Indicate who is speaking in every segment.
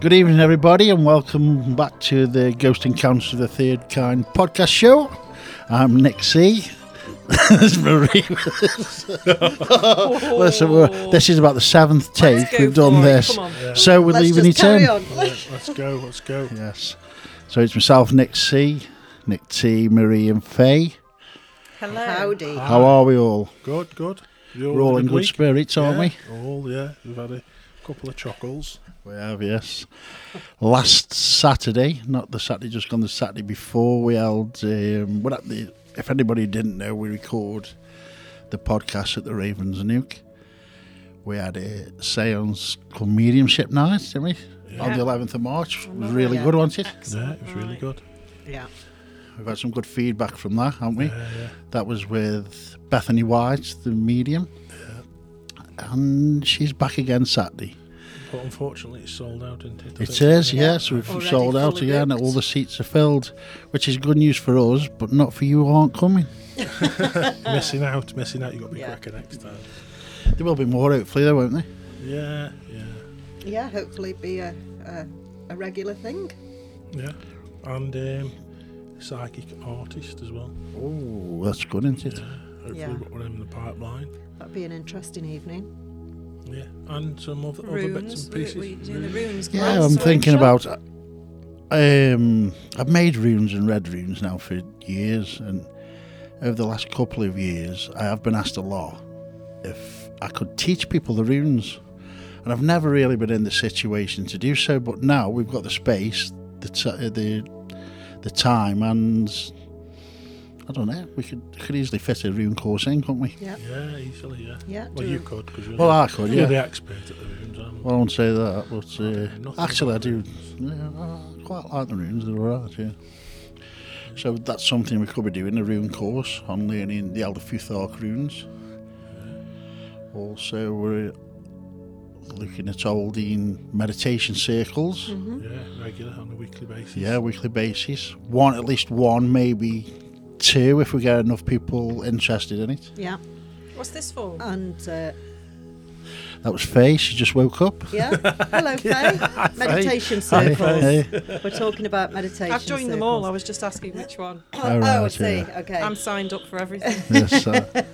Speaker 1: Good evening, everybody, and welcome back to the Ghost Encounters of the Third Kind podcast show. I'm Nick C. There's Marie. Listen, we're, this is about the seventh take
Speaker 2: Let's go
Speaker 1: we've done
Speaker 2: for it,
Speaker 1: this,
Speaker 2: come on.
Speaker 1: so we're
Speaker 3: Let's
Speaker 1: leaving
Speaker 3: just
Speaker 1: it
Speaker 3: carry
Speaker 1: in.
Speaker 3: on.
Speaker 4: Let's go, let's go.
Speaker 1: Yes. So it's myself, Nick C, Nick T, Marie, and Faye.
Speaker 2: Hello.
Speaker 3: Howdy.
Speaker 1: How are we all?
Speaker 4: Ah, Good, good. You
Speaker 1: We're all in good
Speaker 4: week?
Speaker 1: spirits, aren't we?
Speaker 4: Yeah, All, yeah. We've had a couple of chocolates.
Speaker 1: We have, yes. Last Saturday, not the Saturday just gone, the Saturday before, we held. Um, we're at the. If anybody didn't know, we record the podcast at the Ravens Nuke. We had a seance called Mediumship Night, didn't we? On the 11th of March. It was really
Speaker 3: yeah.
Speaker 1: good, wasn't it?
Speaker 4: Yeah, it was really good.
Speaker 3: Yeah.
Speaker 1: We've had some good feedback from that, haven't we? That was with Bethany White, the medium. And she's back again Saturday.
Speaker 4: But unfortunately, it's sold out, isn't it? I
Speaker 1: It
Speaker 4: think.
Speaker 1: is, yes. We've
Speaker 2: Already
Speaker 1: sold out
Speaker 2: fully
Speaker 1: again.
Speaker 2: booked.
Speaker 1: All the seats are filled, which is good news for us, but not for you who aren't coming.
Speaker 4: Missing out, missing out. You've got to be
Speaker 3: Yeah.
Speaker 4: quicker next time.
Speaker 1: There will be more, hopefully, though, won't there?
Speaker 4: Yeah, yeah,
Speaker 3: Yeah, hopefully be a, a, a regular thing.
Speaker 4: yeah. And um, psychic artist as well.
Speaker 1: Oh, that's good, isn't it?
Speaker 4: Hopefully,
Speaker 3: Yeah.
Speaker 4: we've got one in the pipeline.
Speaker 3: That'd be an interesting evening.
Speaker 4: Yeah, and some other, other bits
Speaker 2: Runes.
Speaker 4: and
Speaker 2: We,
Speaker 4: pieces.
Speaker 2: we do the
Speaker 4: Runes.
Speaker 2: runes.
Speaker 1: Yeah,
Speaker 2: class
Speaker 1: I'm thinking
Speaker 2: workshop.
Speaker 1: about. Um, I've made runes and red runes now for years, and over the last couple of years, I have been asked a lot if I could teach people the runes, and I've never really been in the situation to do so. But now we've got the space, the t- uh, the the time, and I don't know. We could could easily fit a rune course in, couldn't we?
Speaker 3: Yeah.
Speaker 4: Yeah, easily, yeah.
Speaker 3: Yeah,
Speaker 4: Well,
Speaker 3: do
Speaker 4: you
Speaker 3: a-
Speaker 4: could, because you're,
Speaker 1: Well,
Speaker 4: the,
Speaker 1: I could,
Speaker 4: you're
Speaker 1: yeah.
Speaker 4: the expert at the rooms, aren't you?
Speaker 1: Well, I won't say that, but
Speaker 4: nothing
Speaker 1: uh,
Speaker 4: about
Speaker 1: actually, I do
Speaker 4: runes.
Speaker 1: yeah, I quite like the runes. They're alright, yeah. So that's something we could be doing a rune course on learning the Elder Futhark runes. Also, we're looking at holding meditation circles.
Speaker 3: Mm-hmm.
Speaker 4: Yeah, regular on a weekly basis.
Speaker 1: Yeah, weekly basis. One, at least one, maybe two, if we get enough people interested in it.
Speaker 3: Yeah.
Speaker 2: What's this for?
Speaker 3: And uh,
Speaker 1: That was Faye. She just woke up.
Speaker 3: yeah. Hello, Faye. Meditation
Speaker 1: Hi,
Speaker 3: circles.
Speaker 1: Faye.
Speaker 3: We're talking about meditation.
Speaker 2: I've joined them all. I
Speaker 3: circles.
Speaker 2: was just asking which one.
Speaker 3: Oh,
Speaker 1: All
Speaker 3: I
Speaker 1: right,
Speaker 3: see.
Speaker 1: yeah.
Speaker 3: Okay.
Speaker 2: I'm signed up for everything.
Speaker 1: yes, uh,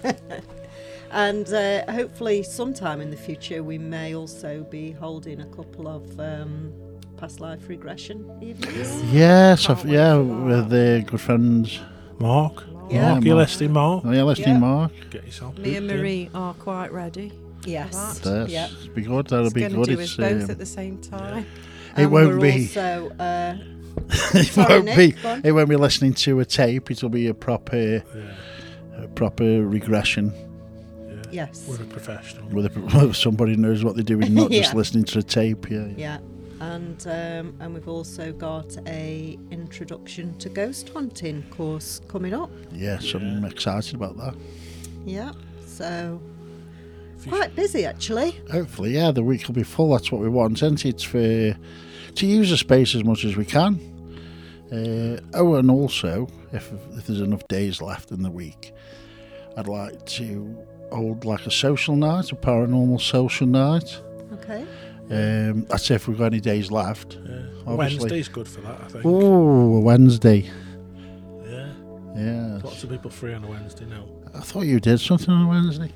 Speaker 3: And uh, hopefully, sometime in the future, we may also be holding a couple of um, past life regression evenings.
Speaker 1: yes, I've,
Speaker 2: Can't wait
Speaker 1: yeah,
Speaker 2: for that.
Speaker 1: with uh, good friends.
Speaker 4: Mark.
Speaker 1: Yeah,
Speaker 4: Mark, you're
Speaker 1: Mark.
Speaker 4: listening, Mark.
Speaker 1: Oh, yeah, let's do
Speaker 3: Yeah.
Speaker 1: Mark.
Speaker 4: Get yourself.
Speaker 2: Me and
Speaker 4: booked in.
Speaker 2: Marie are quite ready.
Speaker 3: Yes.
Speaker 1: That's
Speaker 3: Yeah.
Speaker 1: be good. That'll
Speaker 2: It's
Speaker 1: be
Speaker 2: going
Speaker 1: good.
Speaker 2: to do us
Speaker 1: um,
Speaker 2: both at the same time.
Speaker 1: it
Speaker 3: And
Speaker 1: won't
Speaker 3: we're
Speaker 1: be.
Speaker 3: Also, uh,
Speaker 1: it
Speaker 3: Sorry,
Speaker 1: won't
Speaker 3: Nick,
Speaker 1: be.
Speaker 3: go on.
Speaker 1: It won't be listening to a tape. It'll be a proper,
Speaker 4: Yeah,
Speaker 1: a proper regression
Speaker 4: yeah.
Speaker 3: yes.
Speaker 4: We're a professional.
Speaker 1: with, a, with somebody who knows what they're doing, not just
Speaker 3: Yeah.
Speaker 1: listening to a tape. Yeah.
Speaker 3: Yeah, and um, and we've also got a introduction to ghost hunting course coming up.
Speaker 1: Yes, I'm excited about that.
Speaker 3: Yeah, so
Speaker 4: If you-
Speaker 3: quite busy actually.
Speaker 1: Hopefully, yeah, the week will be full. That's what we want, isn't it? For to use the space as much as we can. Uh, oh, and also, if, if there's enough days left in the week, I'd like to hold like a social night, a paranormal social night.
Speaker 3: Okay.
Speaker 1: Um, that's if we've got any days left.
Speaker 4: yeah.
Speaker 1: obviously.
Speaker 4: Wednesday's good for that, I think.
Speaker 1: Oh, Wednesday.
Speaker 4: Yeah.
Speaker 1: Yes.
Speaker 4: Lots of people free on a Wednesday now.
Speaker 1: I thought you did something on Wednesday.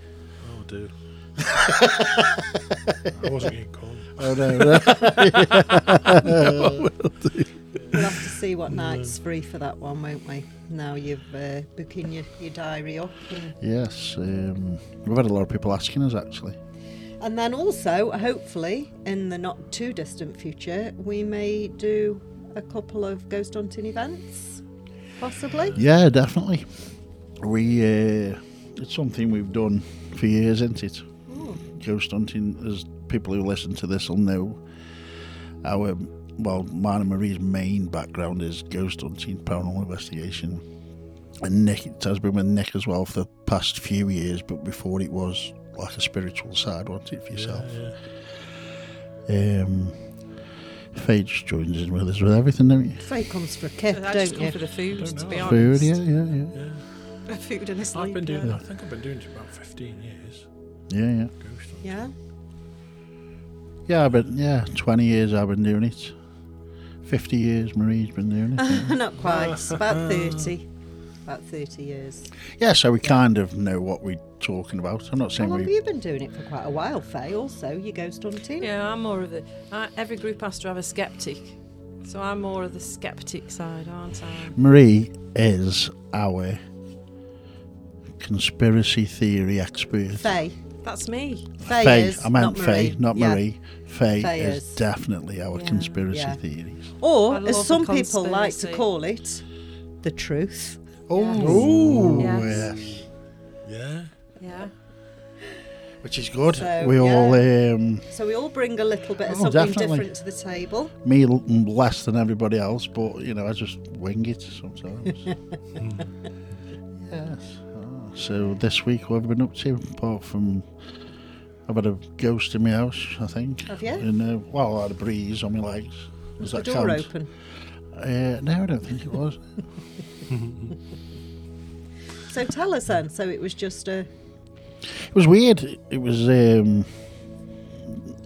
Speaker 4: Oh, dude. I wasn't getting called.
Speaker 1: Oh no. no.
Speaker 3: We'll have to see what night's free for that one, won't we? Now you've uh, booking your, your diary up, and,
Speaker 1: yes. Um, we've had a lot of people asking us actually.
Speaker 3: and then also hopefully in the not too distant future we may do a couple of ghost hunting events, possibly.
Speaker 1: Yeah, definitely. We uh, it's something we've done for years, isn't it? Ghost hunting, as people who listen to this will know, our well, mine and Marie's main background is ghost hunting, paranormal investigation, and Nick it has been with Nick as well for the past few years, but before it was like a spiritual side, wasn't it for yourself?
Speaker 4: Yeah,
Speaker 1: Um, Faye just joins in with us with everything, don't you?
Speaker 3: Faye comes for a
Speaker 2: I
Speaker 3: kip,
Speaker 2: just
Speaker 3: don't
Speaker 2: come
Speaker 3: you?
Speaker 2: for the food,
Speaker 4: Don't
Speaker 2: to
Speaker 4: know.
Speaker 2: be honest.
Speaker 1: Food, yeah, yeah, yeah,
Speaker 4: yeah. yeah.
Speaker 2: Food and a sleep.
Speaker 4: I've been doing.
Speaker 2: yeah.
Speaker 4: I think I've been doing it for about 15 years.
Speaker 1: yeah, yeah.
Speaker 4: Ghost hunting.
Speaker 3: Yeah.
Speaker 1: Yeah, but yeah, 20 years I've been doing it. 50 years Marie's been doing it.
Speaker 3: Not quite. It's about 30. About 30 years.
Speaker 1: yeah, so we kind of know what we're talking about. I'm not
Speaker 3: How
Speaker 1: saying
Speaker 3: long
Speaker 1: we
Speaker 3: have you been doing it for quite a while, Faye? Also, you ghost hunting.
Speaker 2: Yeah, I'm more of the. I, every group has to have a skeptic, so I'm more of the skeptic side, aren't I?
Speaker 1: Marie is our conspiracy theory expert.
Speaker 3: Faye.
Speaker 2: That's me.
Speaker 3: Faye, is,
Speaker 1: I meant
Speaker 3: not
Speaker 1: Faye,
Speaker 3: Marie.
Speaker 1: not
Speaker 3: Yeah.
Speaker 1: Marie. Faye,
Speaker 3: Faye
Speaker 1: is,
Speaker 3: is.
Speaker 1: definitely our
Speaker 2: Yeah.
Speaker 1: conspiracy
Speaker 3: Yeah.
Speaker 1: theories.
Speaker 3: Or,
Speaker 2: I love a
Speaker 3: as some people like to
Speaker 2: conspiracy.
Speaker 3: call it, the truth.
Speaker 1: Oh,
Speaker 2: Yes.
Speaker 1: yes.
Speaker 4: Yeah.
Speaker 2: Yeah.
Speaker 1: Which is good.
Speaker 3: So,
Speaker 1: we all, um,
Speaker 3: So we all bring a little bit of
Speaker 1: Oh,
Speaker 3: something
Speaker 1: definitely.
Speaker 3: different to the table.
Speaker 1: me l- less than everybody else, but, you know, I just wing it sometimes. yes. Ah, So this week, what have we been up to? Apart from, I've had a ghost in my house, I think.
Speaker 3: Have you?
Speaker 1: And, uh, well, I had a breeze on my legs. Does
Speaker 3: the
Speaker 1: that
Speaker 3: door
Speaker 1: count?
Speaker 3: open.
Speaker 1: Uh, no, I don't think it was. Mm.
Speaker 3: So tell us then. So it was just uh, a
Speaker 1: It was weird. It was um,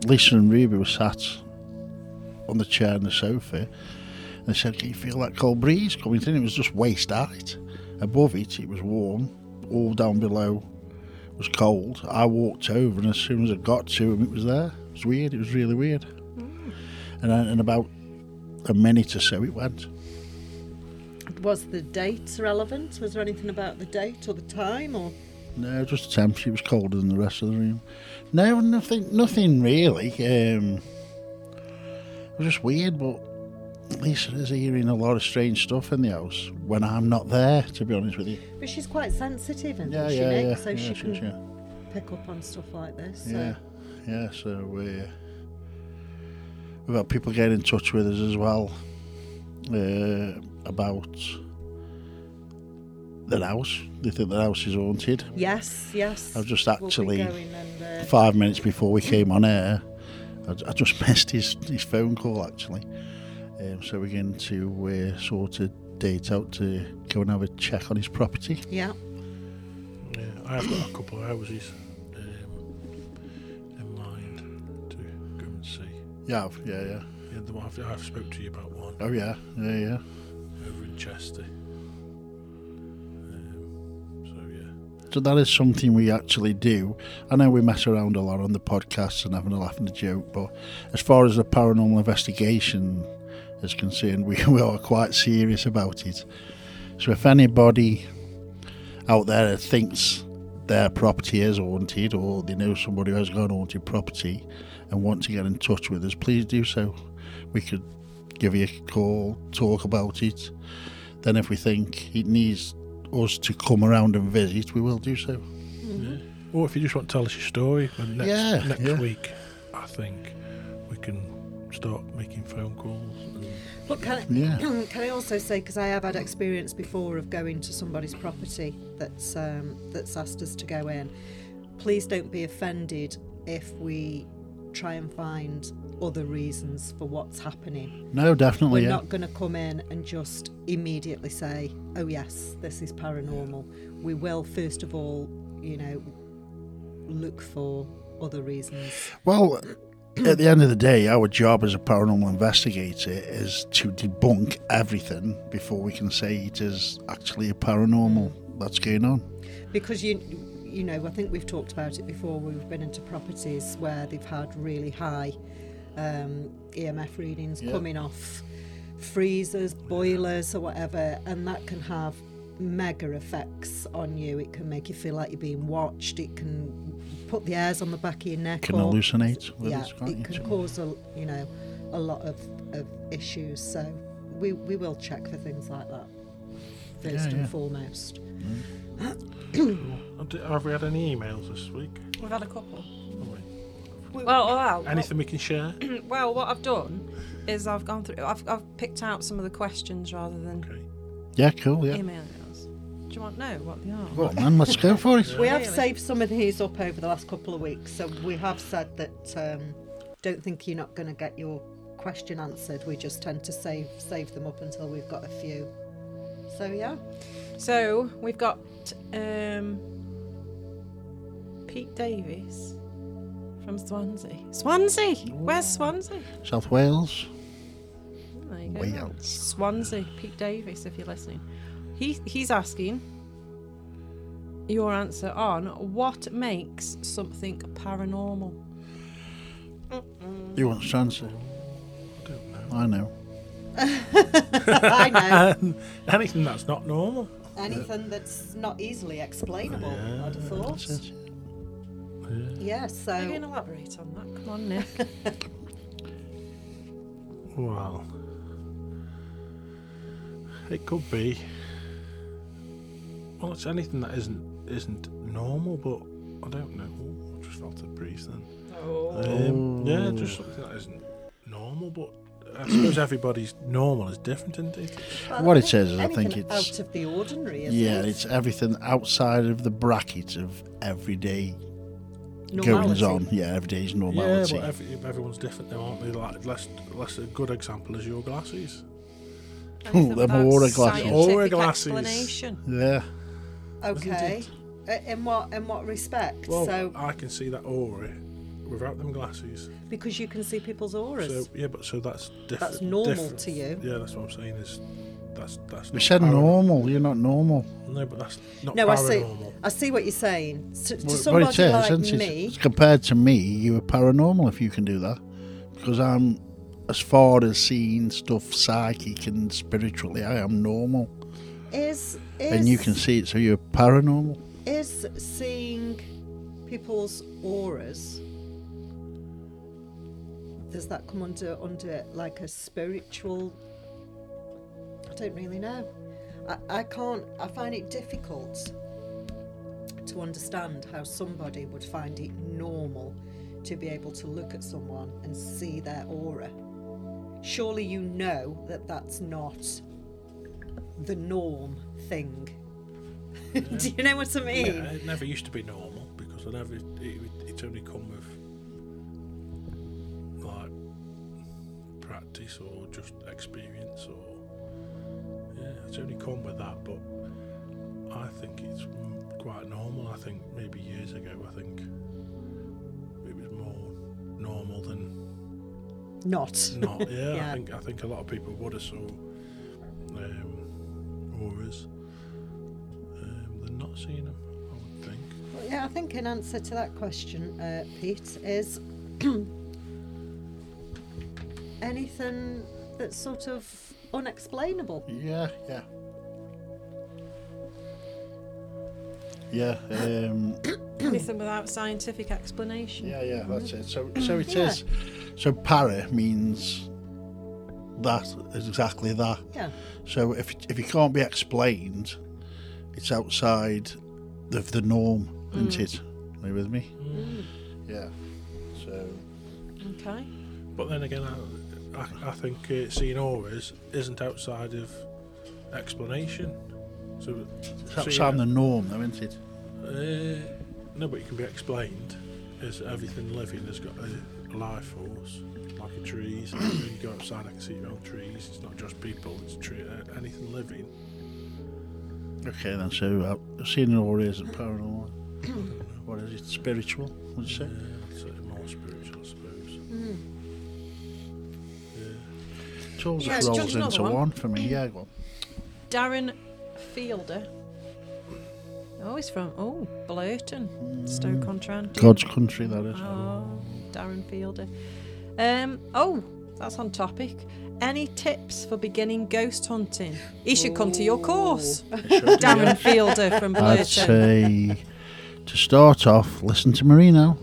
Speaker 1: Lisa and Ruby were sat on the chair and the sofa, and they said, "Can you feel that cold breeze coming in?" It was just waist height. Above it, it was warm. All down below was cold. I walked over, and as soon as I got to him, it was there. It was weird. It was really weird. And I, in about a minute or so, it went.
Speaker 3: was the date relevant? Was there anything about the date or the time or
Speaker 1: No, just the temperature. It was colder than the rest of the room. No, nothing, nothing really. Um, it was just weird, but Lisa is hearing a lot of strange stuff in the house when I'm not there. To be honest with you,
Speaker 3: but she's quite sensitive and
Speaker 1: yeah,
Speaker 3: she
Speaker 1: yeah,
Speaker 3: Nick,
Speaker 1: yeah,
Speaker 3: so
Speaker 1: yeah,
Speaker 3: she
Speaker 1: she-
Speaker 3: can
Speaker 1: yeah,
Speaker 3: pick up on stuff like this. So.
Speaker 1: yeah, yeah. So uh, we've had people get in touch with us as well uh, about their house. They think their house is haunted.
Speaker 3: Yes, yes.
Speaker 1: I've just
Speaker 3: We'll be
Speaker 1: actually.
Speaker 3: going and, uh,
Speaker 1: five minutes before we came on air, I, I just missed his, his phone call actually. Um, so we're going to uh, sort a date out to go and have a check on his property.
Speaker 3: yeah.
Speaker 4: Yeah, I have got a couple of houses um, in mind to go and see.
Speaker 1: Yeah, I've- yeah, yeah.
Speaker 4: Yeah, the one I've, I've spoke to you about one
Speaker 1: Oh yeah, yeah, yeah.
Speaker 4: over in Chester. Um, so yeah,
Speaker 1: So that is something we actually do. I know we mess around a lot on the podcast and having a laugh and a joke, but as far as the paranormal investigation is concerned, we, we are quite serious about it. So if anybody out there thinks their property is haunted or they know somebody who has got an haunted property and want to get in touch with us, please do so. We could give you a call, talk about it. Then if we think it needs us to come around and visit, we will do so.
Speaker 4: Mm-hmm. or if you just want to tell us your story, then next
Speaker 1: Yeah,
Speaker 4: next
Speaker 1: yeah.
Speaker 4: week, I think we can start making phone calls. and-
Speaker 3: But can,
Speaker 1: Yeah.
Speaker 3: I, can I also say because I have had experience before of going to somebody's property that's um, that's asked us to go in. Please don't be offended if we try and find other reasons for what's happening.
Speaker 1: No, definitely.
Speaker 3: We're
Speaker 1: Oh, yeah.
Speaker 3: not going to come in and just immediately say, "Oh yes, this is paranormal." We will first of all, you know, look for other reasons.
Speaker 1: Well, at the end of the day, our job as a paranormal investigator is to debunk everything before we can say it is actually a paranormal that's going on.
Speaker 3: because you you know I think we've talked about it before we've been into properties where they've had really high um, EMF readings
Speaker 1: Yeah.
Speaker 3: coming off freezers boilers or whatever and that can have mega effects on you it can make you feel like you're being watched it can put the hairs on the back of your neck
Speaker 1: Can
Speaker 3: or,
Speaker 1: hallucinate with
Speaker 3: yeah
Speaker 1: us, can't
Speaker 3: it
Speaker 1: you?
Speaker 3: can cause a you know a lot of, of issues so we, we will check for things like that first
Speaker 1: Yeah,
Speaker 3: and
Speaker 1: yeah.
Speaker 3: foremost
Speaker 4: And do- Have we had any emails this week?
Speaker 2: We've had a couple.
Speaker 4: Have we?
Speaker 2: Well, oh, well, well,
Speaker 4: Anything we can share?
Speaker 2: well, what I've done is I've gone through. I've, I've picked out some of the questions rather than
Speaker 4: Okay.
Speaker 1: Yeah, cool. Yeah.
Speaker 2: emails. Do you want to know what they are?
Speaker 1: Go on, man. Let's go for it.
Speaker 3: We have
Speaker 2: Really?
Speaker 3: saved some of these up over the last couple of weeks, so we have said that um, don't think you're not going to get your question answered. We just tend to save save them up until we've got a few. So yeah,
Speaker 2: So we've got um, Pete Davies from Swansea. Swansea! Where's Swansea?
Speaker 1: South Wales.
Speaker 2: There you go.
Speaker 1: Wales.
Speaker 2: Swansea, Pete Davis, if you're listening. He, he's asking your answer on what makes something paranormal?
Speaker 1: You want to answer?
Speaker 4: I don't know.
Speaker 1: I know.
Speaker 3: I know.
Speaker 4: Anything that's not normal.
Speaker 3: Anything that's not easily explainable, I'd have thought.
Speaker 1: That's it.
Speaker 3: Yeah,
Speaker 2: Are you going
Speaker 3: so
Speaker 2: to elaborate on that? Come on, Nick.
Speaker 4: Well, it could be. Well, it's anything that isn't isn't normal, but I don't know. Ooh, I just felt a breeze then. Um, yeah, just something that isn't normal, but I suppose everybody's normal is different, isn't it?
Speaker 3: Well,
Speaker 1: What
Speaker 3: I
Speaker 1: it says is I
Speaker 3: anything
Speaker 1: think it's-
Speaker 3: out of the ordinary. Isn't
Speaker 1: Yeah,
Speaker 3: it?
Speaker 1: it's everything outside of the bracket of everyday goings
Speaker 3: Normality.
Speaker 1: on. Yeah, everyday's normality.
Speaker 4: Yeah, but every, everyone's different, though, aren't they? Like, less, less a good example is your glasses.
Speaker 1: Ooh, them aura glasses.
Speaker 4: Aura
Speaker 2: Scientific
Speaker 4: glasses.
Speaker 2: explanation.
Speaker 1: yeah.
Speaker 3: Okay. Uh, In what in what respect?
Speaker 4: Well,
Speaker 3: so
Speaker 4: I can see that aura without them glasses.
Speaker 3: because you can see people's auras.
Speaker 4: So yeah, but so that's different.
Speaker 3: That's normal
Speaker 4: different.
Speaker 3: to you.
Speaker 4: Yeah, that's what I'm saying. Is that's that's.
Speaker 1: We
Speaker 4: not
Speaker 1: said
Speaker 4: paran-
Speaker 1: normal. You're not normal.
Speaker 4: No, but that's not
Speaker 3: no, I see.
Speaker 4: paranormal.
Speaker 3: I see what you're saying. So, to
Speaker 1: Well,
Speaker 3: somebody
Speaker 1: it says,
Speaker 3: like
Speaker 1: isn't it?
Speaker 3: me,
Speaker 1: It's compared to me, you are paranormal if you can do that, because I'm as far as seeing stuff psychic and spiritually, I am normal,
Speaker 3: is is
Speaker 1: and you can see it. So you're paranormal.
Speaker 3: is seeing people's auras. Does that come under under like a spiritual? I don't really know. I, I can't. I find it difficult to understand how somebody would find it normal to be able to look at someone and see their aura. Surely you know that that's not the norm thing. Do you know what I mean?
Speaker 4: Yeah, it never used to be normal because I never. It, it, it's only come with like practice or just experience or yeah, it's only come with that. But I think it's mm, quite normal. I think maybe years ago, I think it was more normal than
Speaker 3: Not.
Speaker 4: not. Yeah,
Speaker 3: Yeah.
Speaker 4: I think I think a lot of people would have saw um, auras. Um, they're not seeing them, I would think.
Speaker 3: Well, yeah, I think in answer to that question, uh, Pete, is anything that's sort of unexplainable.
Speaker 1: Yeah, yeah, yeah, um,
Speaker 2: Anything without scientific explanation.
Speaker 1: yeah, yeah. That's it. So, so it is.
Speaker 3: Yeah.
Speaker 1: So para means that is exactly that.
Speaker 3: Yeah.
Speaker 1: So if if it can't be explained, it's outside of the norm,
Speaker 2: Mm.
Speaker 1: isn't it? Are you with me? Yeah. So
Speaker 2: Okay.
Speaker 4: But then again, I, I, I think uh, seeing auras isn't outside of explanation. So
Speaker 1: it's
Speaker 4: so,
Speaker 1: outside
Speaker 4: yeah,
Speaker 1: the norm, though, isn't it?
Speaker 4: uh, no, but it can be explained. Is everything living has got a life force, like a tree. So when you go outside, I can see your own trees. It's not just people. It's tree, uh, anything living.
Speaker 1: Okay, then. So uh, seeing an aura isn't paranormal. what is it? Spiritual? Would you say?
Speaker 4: Yeah, sort of more spiritual, I suppose. Yeah.
Speaker 1: It all
Speaker 2: Yeah,
Speaker 1: just
Speaker 2: it's just
Speaker 1: rolls
Speaker 2: another
Speaker 1: into
Speaker 2: one.
Speaker 1: one. for me. Yeah, go on.
Speaker 2: Darren Fielder. Oh, he's from oh Blurton,
Speaker 1: Mm.
Speaker 2: Stoke on Trent.
Speaker 1: God's country, that is.
Speaker 2: Oh, Darren Fielder. Um, oh, that's on topic. Any tips for beginning ghost hunting? He should come to your course, Darren Fielder from
Speaker 1: I'd
Speaker 2: Blurton.
Speaker 1: say to start off, listen to Marino.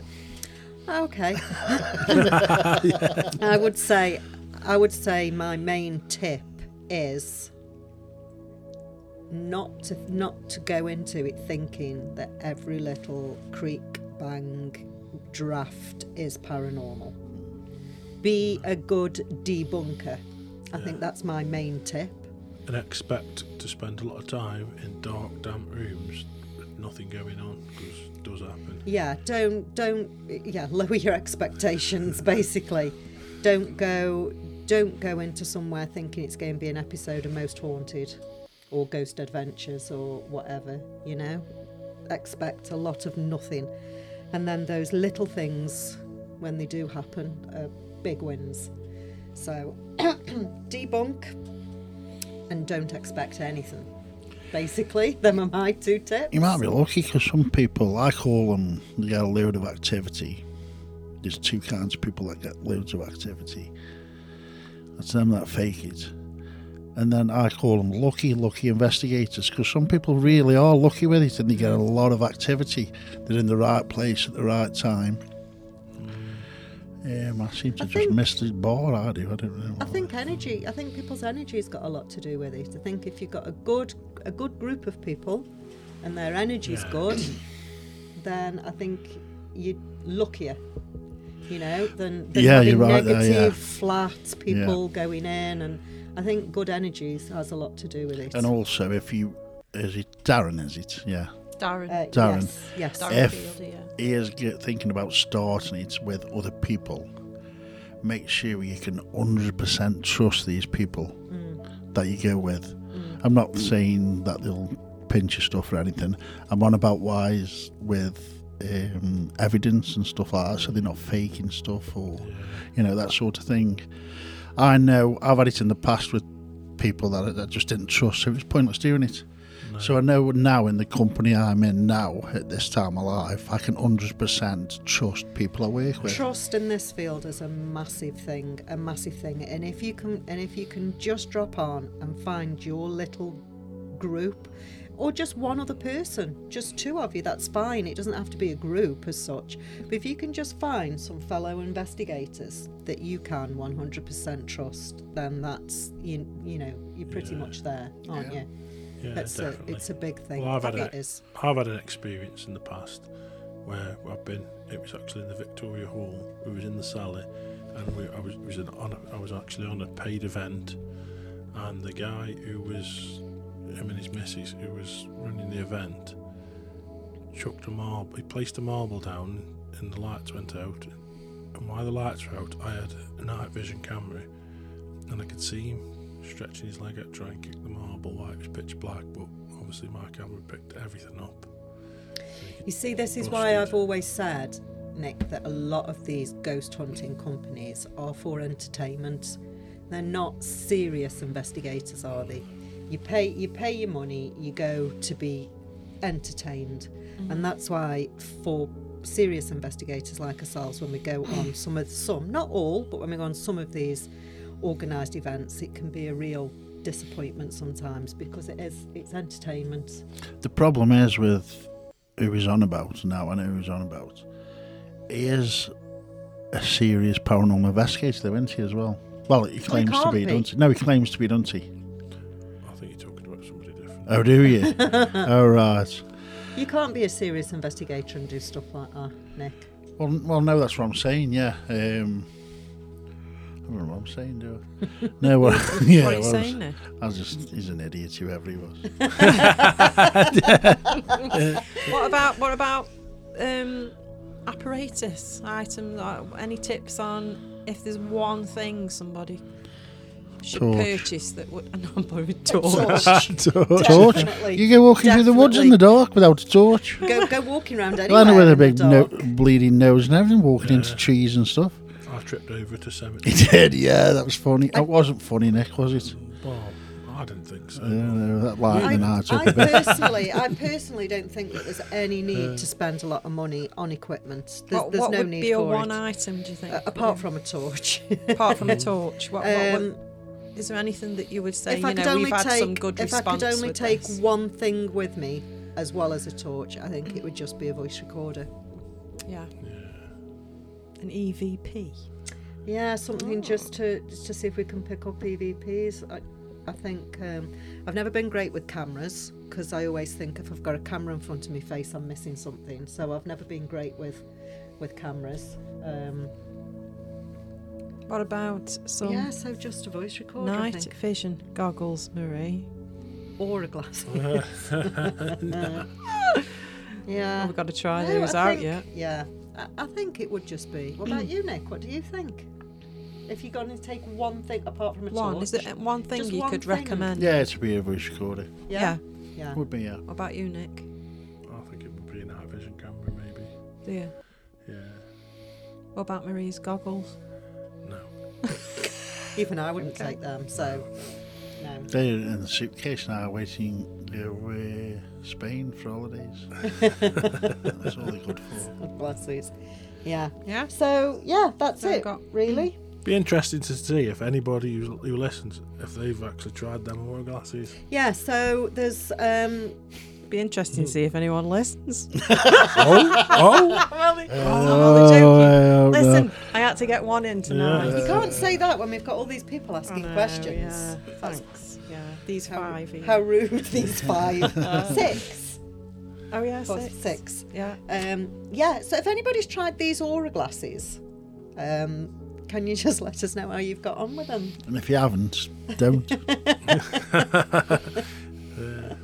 Speaker 3: Okay. I would say, I would say my main tip is not to not to go into it thinking that every little creak, bang, draft is paranormal. Be a good debunker. I think that's my main tip.
Speaker 4: And expect to spend a lot of time in dark, damp rooms with nothing going on because it does happen.
Speaker 3: Yeah, don't don't yeah, lower your expectations basically. Don't go don't go into somewhere thinking it's going to be an episode of Most Haunted or Ghost Adventures or whatever, you know. Expect a lot of nothing. And then those little things when they do happen are big wins. So debunk and don't expect anything. Basically, them are my two tips.
Speaker 1: You might be lucky because some people, I call them, they get a load of activity. There's two kinds of people that get loads of activity. That's them that fake it. And then I call them lucky, lucky investigators because some people really are lucky with it and they get a lot of activity. They're in the right place at the right time. Um, I seem to
Speaker 3: Mm. I
Speaker 1: just
Speaker 3: think-
Speaker 1: miss the ball, I do. I don't know.
Speaker 3: I think energy. I think people's energy's got a lot to do with it. I think if you've got a good a good group of people, and their energy's
Speaker 4: Yeah.
Speaker 3: good, then I think you're luckier. You know, than, than
Speaker 1: Yeah,
Speaker 3: having
Speaker 1: you're right there,
Speaker 3: negative,
Speaker 1: yeah.
Speaker 3: flat people going in, and I think good energies has a lot to do with it.
Speaker 1: And also, if you, is it Darren, is it? Yeah.
Speaker 2: Darren.
Speaker 3: Uh,
Speaker 1: Darren.
Speaker 3: Yes, yes.
Speaker 2: Darren
Speaker 1: If-
Speaker 2: Fielder, yeah.
Speaker 1: he is get, thinking about starting it with other people, make sure you can 100% trust these people that you go with. I'm not saying that they'll pinch your stuff or anything. I'm on about wise with um, evidence and stuff like that, so they're not faking stuff or, you know, that sort of thing. I know I've had it in the past with people that I, that I just didn't trust, so it was pointless doing it. So I know now in the company I'm in now at this time of life, I can 100% trust people I work with.
Speaker 3: Trust in this field is a massive thing, a massive thing. And if you can, and if you can just drop on and find your little group, or just one other person, just two of you, that's fine. It doesn't have to be a group as such. But if you can just find some fellow investigators that you can 100% trust, then that's you. You know, you're pretty much there, aren't you?
Speaker 4: Yeah,
Speaker 3: It's a,
Speaker 4: definitely.
Speaker 3: it's a big thing.
Speaker 4: Well, I've
Speaker 3: I
Speaker 4: had
Speaker 3: think
Speaker 4: it.
Speaker 3: it is.
Speaker 4: I've had an experience in the past where I've been. It was actually in the Victoria Hall. We was in the Sally, and we, I was it was an on. a- I was actually on a paid event, and the guy who was him and his missus who was running the event chucked a marble. He placed a marble down, and the lights went out. And while the lights were out, I had a night vision camera, and I could see him stretching his leg out, trying to kick the marble while it was pitch black. But obviously, my camera picked everything up.
Speaker 3: You see, this is
Speaker 4: Or
Speaker 3: why
Speaker 4: shoot.
Speaker 3: I've always said, Nick, that a lot of these ghost hunting companies are for entertainment. They're not serious investigators, are they? You pay you pay your money, you go to be entertained. And that's why for serious investigators like ourselves, when we go on some of some, not all, but when we go on some of these organised events, it can be a real disappointment sometimes because it is it's entertainment.
Speaker 1: The problem is with who he's on about now, I know who he's on about. He is a serious paranormal investigator, though, isn't he, as well? Well, he claims to
Speaker 3: can't
Speaker 1: be,
Speaker 3: be.
Speaker 1: don't he? No, he claims to be, don't he?
Speaker 4: I think you're talking about somebody different.
Speaker 1: Oh, do you? oh, right.
Speaker 3: You can't be a serious investigator and do stuff like that, Nick.
Speaker 1: Well, n- well, no, that's what I'm saying. Yeah. Um, I don't know what I'm saying, do I? No, well, yeah.
Speaker 2: what are you
Speaker 1: well, I was-
Speaker 2: saying there?
Speaker 1: I was just—he's an idiot, whoever he was.
Speaker 2: What about what about um, apparatus items? Uh, any tips on if there's one thing somebody should
Speaker 1: Torch.
Speaker 2: purchase that would a number of torch?
Speaker 1: torch.
Speaker 3: Definitely.
Speaker 1: You go walking through the woods in the dark without a torch.
Speaker 3: Go, go walking around
Speaker 1: You'll
Speaker 3: anywhere.
Speaker 1: end up with a
Speaker 3: in
Speaker 1: big
Speaker 3: the
Speaker 1: no-
Speaker 3: dark.
Speaker 1: bleeding nose and everything, walking into trees and stuff.
Speaker 4: I tripped over to
Speaker 1: He
Speaker 4: cemetery.
Speaker 1: did, yeah. That was funny. It wasn't funny, Nick, was it?
Speaker 4: well, I didn't think so.
Speaker 1: Yeah, no, that light in the
Speaker 3: I,
Speaker 1: night took
Speaker 3: I
Speaker 1: a bit.
Speaker 3: personally, I personally don't think that there's any need to spend a lot of money on equipment. There's,
Speaker 2: what
Speaker 3: there's
Speaker 2: what
Speaker 3: no
Speaker 2: would
Speaker 3: need
Speaker 2: be a
Speaker 3: for
Speaker 2: one
Speaker 3: it,
Speaker 2: item? Do you think?
Speaker 3: uh, apart from a torch.
Speaker 2: apart from a torch, what, what would-
Speaker 3: Um,
Speaker 2: is there anything that you would say?
Speaker 3: if I
Speaker 2: You
Speaker 3: could
Speaker 2: know,
Speaker 3: only
Speaker 2: we've had
Speaker 3: take,
Speaker 2: some good
Speaker 3: if I
Speaker 2: response
Speaker 3: could only
Speaker 2: with
Speaker 3: take
Speaker 2: this.
Speaker 3: one thing with me, as well as a torch, I think it would just be a voice recorder.
Speaker 2: Yeah. An E EVP.
Speaker 3: Yeah, something just to just to see if we can pick up EVPs. I, I think um, I've never been great with cameras because I always think if I've got a camera in front of my face, I'm missing something. So I've never been great with with cameras. Um,
Speaker 2: What about some
Speaker 3: yeah, so just a voice recorder, I
Speaker 2: night
Speaker 3: think,
Speaker 2: vision goggles, Marie?
Speaker 3: or a glass. Uh,
Speaker 2: Oh,
Speaker 3: yeah,
Speaker 2: we've got to try
Speaker 3: Uh, No,
Speaker 2: those
Speaker 3: I
Speaker 2: out
Speaker 3: think-
Speaker 2: yet.
Speaker 3: Yeah, I, I think it would just be. What about you, Nick? What do you think? If you're going to take one thing apart from a
Speaker 2: One,
Speaker 3: torch,
Speaker 2: is it uh, one thing
Speaker 3: Just
Speaker 2: you
Speaker 3: one
Speaker 2: could
Speaker 3: thing.
Speaker 2: recommend?
Speaker 1: Yeah, it'd be a voice recorder.
Speaker 2: Yeah.
Speaker 3: Yeah, yeah.
Speaker 1: Would be, uh, yeah.
Speaker 2: What about you, Nick?
Speaker 4: I think it would be an night vision camera, maybe.
Speaker 2: Yeah.
Speaker 4: Yeah.
Speaker 2: What about Marie's goggles?
Speaker 4: No.
Speaker 3: Even I wouldn't take them, so no.
Speaker 1: They're in the suitcase now, waiting to go away Spain for holidays. That's all they're good for.
Speaker 3: God bless these. Yeah.
Speaker 2: Yeah.
Speaker 3: So yeah, that's
Speaker 2: So I've
Speaker 3: it.
Speaker 2: got-
Speaker 3: really.
Speaker 4: Be interesting to see if anybody who, who listens if they've actually tried them hourglasses. glasses.
Speaker 3: Yeah. So there's um,
Speaker 2: Be interesting to see if anyone listens.
Speaker 4: oh, oh,
Speaker 3: Uh,
Speaker 2: I'm only joking.
Speaker 1: Oh, I don't
Speaker 2: Listen,
Speaker 1: know.
Speaker 2: I had to get one in tonight.
Speaker 3: You can't say that when we've got all these people asking
Speaker 2: I know,
Speaker 3: questions.
Speaker 2: yeah.
Speaker 3: That's
Speaker 2: Thanks. Yeah. These
Speaker 3: how,
Speaker 2: five. even.
Speaker 3: how rude these five, six,
Speaker 2: oh yeah.
Speaker 3: or
Speaker 2: Six.
Speaker 3: six.
Speaker 2: Yeah.
Speaker 3: Um, yeah. So if anybody's tried these aura glasses, um, can you just let us know how you've got on with them?
Speaker 1: And if you haven't, don't.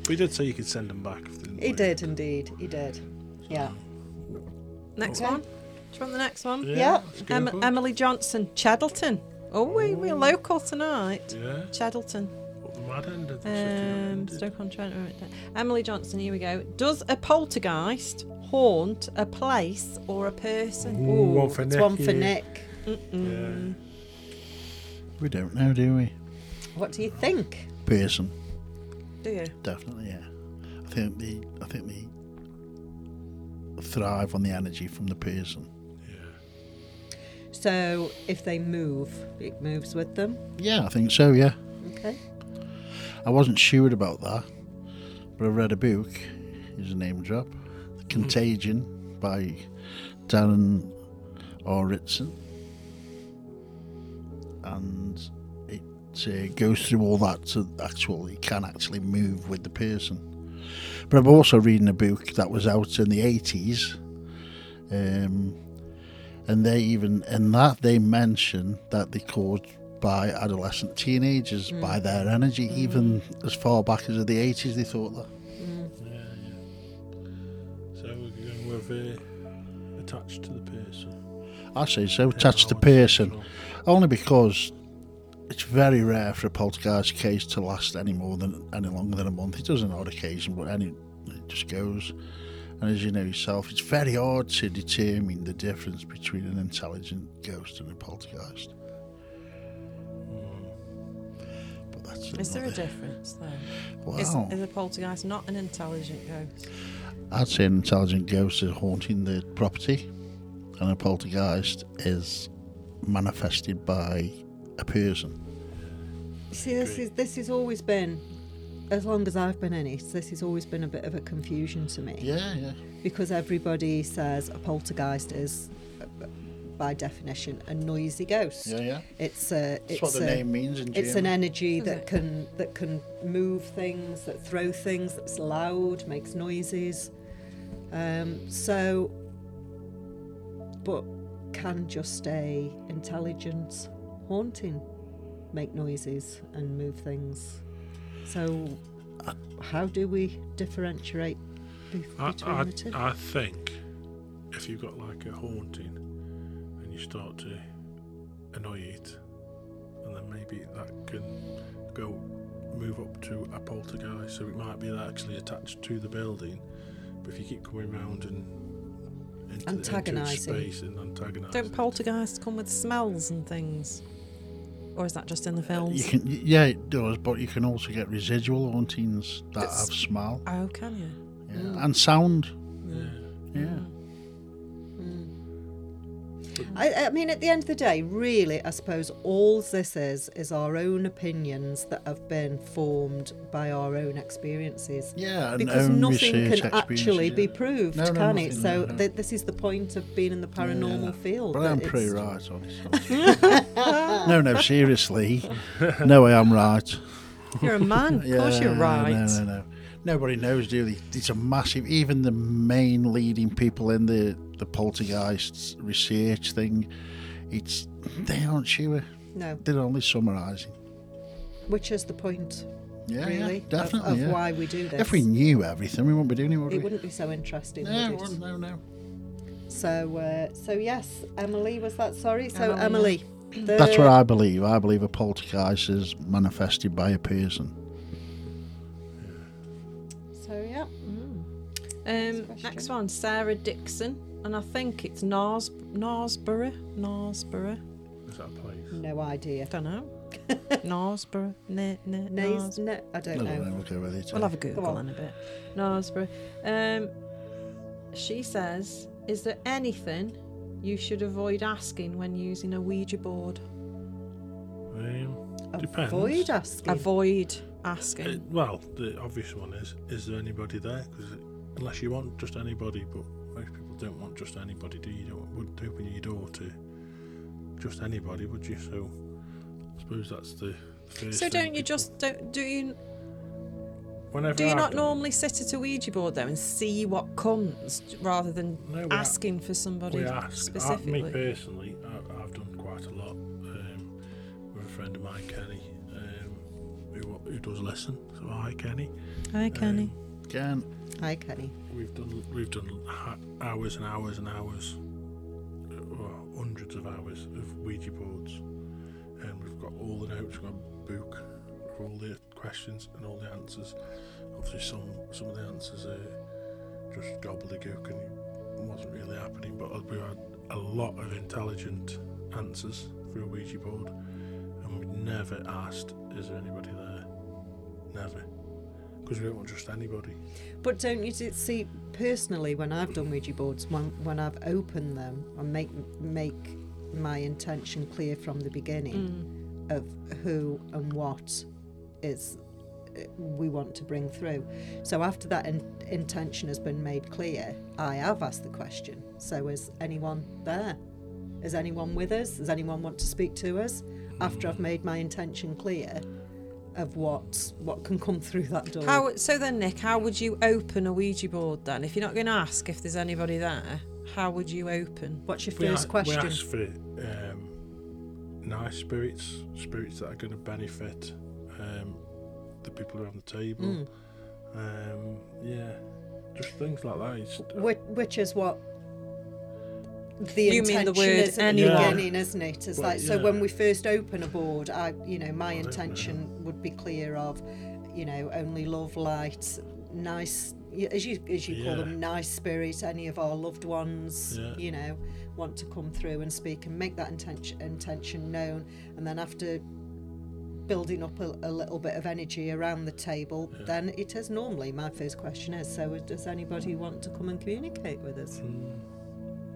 Speaker 4: we did say you could send them back. If they didn't
Speaker 3: He
Speaker 4: work.
Speaker 3: did indeed. He did. Yeah.
Speaker 2: Next
Speaker 3: Okay.
Speaker 2: one. Do you want the next one?
Speaker 4: Yeah.
Speaker 3: Yeah.
Speaker 4: let's go
Speaker 2: Em-
Speaker 4: for it.
Speaker 2: Emily Johnson, Cheddleton. Oh, we, we're local tonight.
Speaker 4: Yeah.
Speaker 2: Cheddleton.
Speaker 4: Up the mad end of the
Speaker 2: Um,
Speaker 4: city.
Speaker 2: Stoke on Trent. right there. Emily Johnson, here we go. Does a poltergeist haunt a place or a person?
Speaker 4: Ooh, one for
Speaker 3: it's
Speaker 4: Nick.
Speaker 3: one for
Speaker 4: yeah.
Speaker 3: Nick.
Speaker 4: Yeah.
Speaker 1: we don't know, do we?
Speaker 3: What do you think?
Speaker 1: Person,
Speaker 2: Do you?
Speaker 1: definitely, yeah. I think they, I think they thrive on the energy from the person.
Speaker 3: So if they move, it moves with them.
Speaker 1: Yeah, I think so, yeah.
Speaker 3: Okay.
Speaker 1: I wasn't sure about that, but I read a book. Here's a name drop Contagion by Darren Orritson. And it uh, goes through all that to actually, it can actually move with the person. But I'm also reading a book that was out in the 80s. Um, and they even, in that, they mention that they caused by adolescent teenagers
Speaker 2: Mm.
Speaker 1: by their energy. Even as far back as the eighties, they thought that.
Speaker 4: So we're going with uh, attached to the person.
Speaker 1: I say so. Attached to
Speaker 4: Yeah,
Speaker 1: person,
Speaker 4: well,
Speaker 1: only because it's very rare for a poltergeist case to last any more than any longer than a month. It does on odd occasion, but any it just goes. And as you know yourself, it's very hard to determine the difference between an intelligent ghost and a poltergeist.
Speaker 4: Mm.
Speaker 1: But that's
Speaker 2: Is there a
Speaker 1: another-
Speaker 2: difference though? Is,
Speaker 1: Wow.
Speaker 2: is a poltergeist not an intelligent ghost?
Speaker 1: I'd say an intelligent ghost is haunting the property, and a poltergeist is manifested by a person.
Speaker 3: See, this is this has always been, as long as I've been in it, this has always been a bit of a confusion to me
Speaker 1: Yeah, yeah.
Speaker 3: because everybody says a poltergeist is, uh, by definition, a noisy ghost.
Speaker 1: Yeah, yeah.
Speaker 3: It's a.
Speaker 1: That's
Speaker 3: It's
Speaker 1: what the
Speaker 3: a,
Speaker 1: name means in
Speaker 3: It's an
Speaker 1: German.
Speaker 3: energy
Speaker 2: Is
Speaker 3: that
Speaker 2: it?
Speaker 3: can that can move things, that throw things, that's loud, makes noises. Um, so, but can just a intelligent haunting make noises and move things? So, how do we differentiate be-
Speaker 4: I,
Speaker 3: between
Speaker 4: I,
Speaker 3: the two?
Speaker 4: I think if you've got like a haunting and you start to annoy it, and then maybe that can go move up to a poltergeist. So it might be that actually attached to the building, but if you keep coming round and into the- into its
Speaker 3: Antagonising.
Speaker 4: space and antagonising,
Speaker 2: Don't poltergeists come with smells and things? Or is that just in the films?
Speaker 1: You can, Uh, yeah, it does, but you can also get residual hauntings that
Speaker 2: That's-
Speaker 1: have smell
Speaker 2: Oh, can you?
Speaker 1: yeah. and sound. Yeah.
Speaker 3: I, I mean, at the end of the day, really, I suppose all this is is our own opinions that have been formed by our own experiences.
Speaker 1: Yeah, and um,
Speaker 3: Because
Speaker 1: own
Speaker 3: nothing
Speaker 1: research
Speaker 3: can actually
Speaker 1: experiences,
Speaker 3: be
Speaker 1: yeah.
Speaker 3: proved,
Speaker 1: No, no,
Speaker 3: can it?
Speaker 1: nothing,
Speaker 3: So
Speaker 1: no, no.
Speaker 3: Th- this is the point of being in the paranormal field.
Speaker 1: But
Speaker 3: that
Speaker 1: I'm
Speaker 3: it's-
Speaker 1: pretty right on it. no, no, seriously. No, I am right.
Speaker 2: You're a man. of course you're right.
Speaker 1: No, no, no. Nobody knows, do they? It's a massive. Even the main leading people in the the poltergeist research thing, it's they aren't sure.
Speaker 3: No,
Speaker 1: They're only summarising.
Speaker 3: which is the point,
Speaker 1: Yeah, yeah,
Speaker 3: really, of,
Speaker 1: definitely.
Speaker 3: of
Speaker 1: yeah.
Speaker 3: why we do this.
Speaker 1: if we knew everything, we wouldn't be doing it, would
Speaker 3: it
Speaker 1: we?
Speaker 3: wouldn't be so interesting.
Speaker 1: No,
Speaker 3: would
Speaker 1: it
Speaker 3: it?
Speaker 1: wouldn't. No, no.
Speaker 3: So, uh, so yes, Emily was that. Sorry, so
Speaker 2: Emily,
Speaker 3: Emily. the-
Speaker 1: That's what I believe. I believe a poltergeist is manifested by a person.
Speaker 3: So yeah,
Speaker 2: Um,
Speaker 3: Next
Speaker 2: Hmm. next one, Um, Sarah Dixon. and I think it's Nars Narsborough. Narsborough.
Speaker 4: Is that a place?
Speaker 3: No idea.
Speaker 2: Don't know. Narsborough. Na- na-
Speaker 3: Nays,
Speaker 2: Nars-
Speaker 3: ne- I
Speaker 1: I
Speaker 3: don't
Speaker 1: don't
Speaker 3: know.
Speaker 1: know. We'll go with it.
Speaker 2: We'll have a
Speaker 3: Go
Speaker 2: Google
Speaker 3: on.
Speaker 2: in a bit. Narsborough. Um, she says, "Is there anything you should avoid asking when using a Ouija board?
Speaker 4: Um, depends.
Speaker 3: Avoid asking.
Speaker 2: Avoid
Speaker 4: Uh,
Speaker 2: asking."
Speaker 4: well, the obvious one is: is there anybody there? 'Cause it- unless you want just anybody, but most people don't want just anybody. Do you? you don't, wouldn't open your door to just anybody, would you? So, I suppose that's the. the first
Speaker 2: So
Speaker 4: thing
Speaker 2: don't you
Speaker 4: people-
Speaker 2: just don't do you
Speaker 4: Whenever
Speaker 2: do you
Speaker 4: I've
Speaker 2: not
Speaker 4: done it-
Speaker 2: normally sit at a Ouija board though and see what comes rather than
Speaker 4: No, we a-
Speaker 2: asking for somebody
Speaker 4: we ask. I,
Speaker 2: specifically?
Speaker 4: me personally, I, I've done quite a lot um, with a friend of mine, Kenny, um, who, who does listen. So hi, Kenny. Um,
Speaker 2: Hi, Kenny.
Speaker 1: Again,
Speaker 3: Hi, Kenny.
Speaker 4: We've done we've done ha- hours and hours and hours, uh, well, hundreds of hours of Ouija boards, and we've got all the notes, we've got a book of all the questions and all the answers. Obviously, some some of the answers are just gobbledygook and it wasn't really happening, but we had a lot of intelligent answers for a Ouija board, and we never asked, "Is there anybody there?" Never, because we don't want just anybody.
Speaker 3: But don't you do- see personally when I've done Ouija boards, when when I've opened them and make make my intention clear from the
Speaker 2: Mm. Hmm.
Speaker 3: beginning of who and what is uh, we want to bring through. So after that in, intention has been made clear, I have asked the question. So is anyone there? Is anyone with us? Does anyone want to speak to us? After I've made my intention clear of what what can come through that door.
Speaker 2: How so then, Nick? How would you open a Ouija board then? If you're not going to ask if there's anybody there, how would you open?
Speaker 3: What's your
Speaker 4: We
Speaker 3: first
Speaker 4: a-
Speaker 3: question?
Speaker 4: We ask for um, nice spirits, spirits that are going to benefit um, the people around the table.
Speaker 3: Hmm.
Speaker 4: Um, yeah, just things like that. It's,
Speaker 3: which, which is what the
Speaker 2: You mean
Speaker 3: intention
Speaker 2: the word
Speaker 3: is at the
Speaker 4: anyone.
Speaker 3: beginning, isn't it? It's
Speaker 4: Well,
Speaker 3: like so when
Speaker 4: yeah.
Speaker 3: we first open a board, I you know my
Speaker 4: don't know.
Speaker 3: intention would be clear of, you know, only love, light, nice, y- as you as you call
Speaker 4: Yeah.
Speaker 3: them, nice spirit. Any of our loved ones,
Speaker 4: Yeah.
Speaker 3: you know, want to come through and speak and make that intention intention known, and then after building up a, a little bit of energy around the table, then it is normally my first question is so does anybody want to come and communicate with us?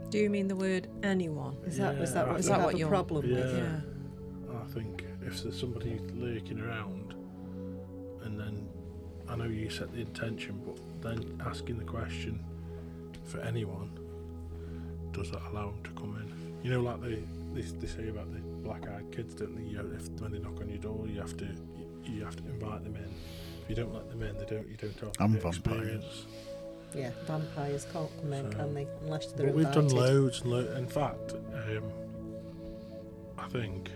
Speaker 2: Do you mean the word anyone?
Speaker 3: Is that was
Speaker 4: Yeah,
Speaker 3: that
Speaker 4: I
Speaker 3: what,
Speaker 4: think-
Speaker 3: you
Speaker 2: Is that
Speaker 3: have
Speaker 2: what
Speaker 3: a
Speaker 2: you're-
Speaker 3: problem
Speaker 4: yeah,
Speaker 3: with?
Speaker 4: I think if there's somebody lurking around, and then I know you set the intention, but then asking the question for anyone, does that allow them to come in? You know, like they they, they say about the black-eyed kids, don't they? You, if when they knock on your door, you have to you, you have to invite them in. If you don't let them in, they don't you don't have
Speaker 1: And
Speaker 4: the
Speaker 1: vampires.
Speaker 4: experience.
Speaker 3: Yeah. vampires can't come in,
Speaker 4: So-
Speaker 3: can they? Unless
Speaker 4: But
Speaker 3: they're
Speaker 4: we've done
Speaker 3: invited.
Speaker 4: loads and lo- In fact, um, I think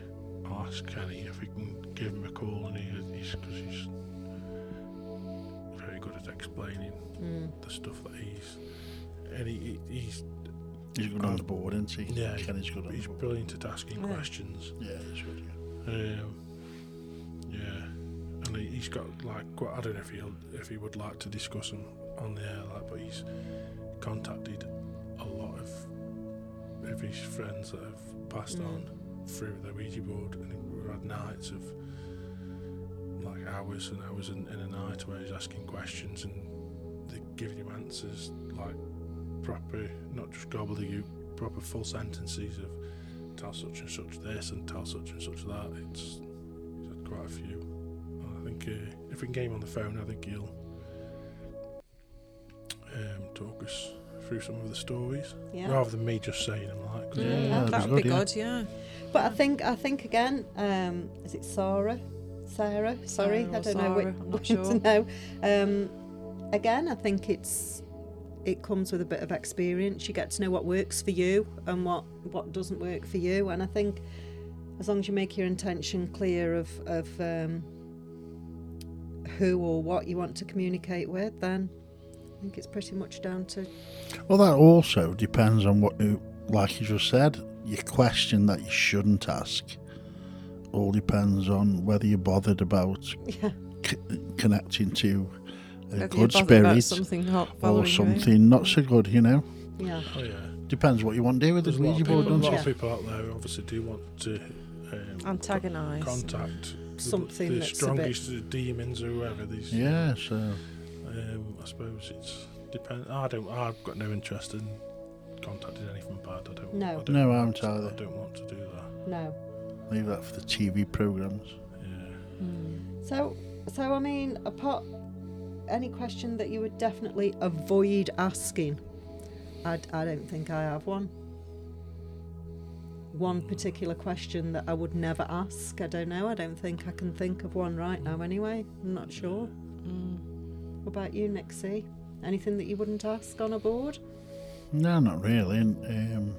Speaker 4: I'll ask Kenny if we can give him a call, and he, he's because he's very good at explaining
Speaker 3: Mm,
Speaker 4: the stuff that he's. And he, he- he's
Speaker 1: he's
Speaker 2: Oh.
Speaker 1: good on the board, isn't he?
Speaker 4: yeah,
Speaker 1: Kenny's good on the
Speaker 4: he's
Speaker 1: board.
Speaker 4: brilliant at asking
Speaker 2: Yeah.
Speaker 4: questions.
Speaker 1: Yeah, he's good. Yeah.
Speaker 4: Um, yeah, and he, he's got like quite, I don't know if he'll if he would like to discuss them on the air, like, but he's contacted a lot of of his friends that have passed on through the Ouija board, and we've had nights of like hours and hours in, in a night where he's asking questions and they're giving him answers like proper, not just gobbledygook, proper full sentences of tell such and such this and tell such and such that. It's he's had quite a few. And I think uh, if we can get him on the phone, I think he'll um, talk us through some of the stories
Speaker 3: Yeah.
Speaker 4: rather than me just saying them like. 'cause
Speaker 1: Yeah, that'd be
Speaker 2: that would be
Speaker 1: good,
Speaker 2: good. Yeah.
Speaker 3: But I think I think again, um, is it Sarah? Sarah, sorry,
Speaker 2: Sarah
Speaker 3: I
Speaker 2: or
Speaker 3: don't know which
Speaker 2: Sarah, I'm not sure.
Speaker 3: one to know. Um, again, I think it's it comes with a bit of experience. You get to know what works for you and what what doesn't work for you. And I think as long as you make your intention clear of of um, who or what you want to communicate with, then I think it's pretty much down to
Speaker 1: Well, that also depends on what, you- like you just said, your question that you shouldn't ask. All depends on whether you're bothered about
Speaker 3: yeah.
Speaker 1: c- connecting to a
Speaker 2: Whether you're
Speaker 1: good
Speaker 2: bothered
Speaker 1: spirit
Speaker 2: about something not
Speaker 1: or
Speaker 2: following you eh? in.
Speaker 1: something not so good. You know,
Speaker 3: Yeah,
Speaker 4: Oh yeah,
Speaker 1: Depends what you want to do with the
Speaker 4: There's a lot,
Speaker 1: Ouija
Speaker 4: of people,
Speaker 1: board,
Speaker 4: a
Speaker 1: don't
Speaker 4: lot
Speaker 1: you?
Speaker 4: of people out there who obviously do want to um,
Speaker 2: Antagonise.
Speaker 4: contact the-
Speaker 3: Something
Speaker 4: the,
Speaker 3: that's a bit.
Speaker 4: strongest demons or whoever these.
Speaker 1: Yeah, so
Speaker 4: Um, I suppose it's depend. I don't. I've got no interest in contacting anything bad. I don't.
Speaker 3: No.
Speaker 4: I don't
Speaker 1: No, I
Speaker 4: want
Speaker 1: haven't
Speaker 4: to-
Speaker 1: either.
Speaker 4: I don't want to do that.
Speaker 3: No.
Speaker 1: leave that for the TV programs.
Speaker 4: Yeah.
Speaker 2: Hmm.
Speaker 3: So, so I mean, apart any question that you would definitely avoid asking, I, d- I don't think I have one. One particular question that I would never ask. I don't know. I don't think I can think of one right now. Anyway, I'm not sure.
Speaker 2: Hmm.
Speaker 3: What about you, Nixie? Anything that you wouldn't ask on a board?
Speaker 1: No, not really. and, Um,